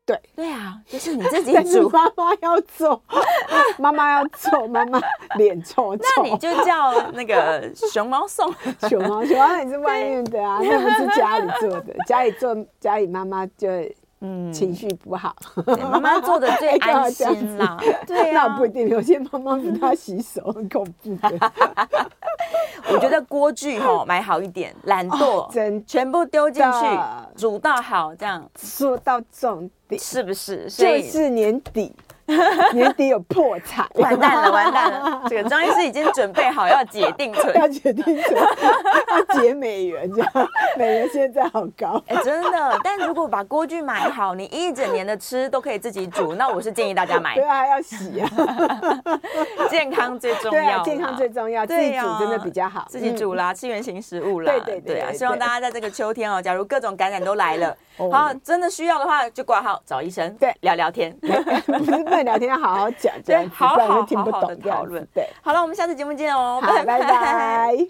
C: 对
B: 对啊，就是你自己
C: 但是
B: 煮，
C: 妈妈要做， 妈妈要做，妈妈脸臭臭。
B: 那你就叫那个熊猫 送。
C: 熊猫，熊猫也是外面的 啊，那不是家里做的，家里做家里妈妈就
B: 嗯，
C: 情绪不好，
B: 对妈妈做的 最
C: 干嘛
B: 安
C: 这样
B: 心啦
C: 子。
B: 对啊，
C: 那不一定，有些妈妈不她洗手，很恐怖 的。
B: 我觉得锅具哈买好一点，懒惰，
C: 哦真
B: 全部丢进去
C: 的，
B: 煮到好这样，
C: 说到重点，
B: 是不是？所
C: 就
B: 以
C: 是 年底，年底有破产，
B: 完蛋 了，完蛋了！这个张医师已经准备好要解定存，
C: 要决定什么，要解美元这样，美元现在好高。
B: 哎、真的。但如果把锅具买好，你一整年的吃都可以自己煮，那我是建议大家买
C: 对啊，还要洗 啊，
B: 健康最重
C: 对
B: 要啦，
C: 啊，健康最重要，自己
B: 对啊
C: 煮真的比较好，
B: 自己
C: 嗯
B: 煮啦，吃原形食物啦，
C: 对对对
B: 啊！
C: 对哦
B: 希望大家在这个秋天哦，假如各种感染都来了，好，真的需要的话就挂号找医生，
C: 对
B: 聊聊天。
C: 嗯 不是不能聊天，要好好讲，这样子
B: 好好
C: 不然会听不
B: 好好地
C: 懂这样
B: 讨
C: 子
B: 论
C: 对，
B: 好了，我们下次节目见哦，
C: 好，拜拜。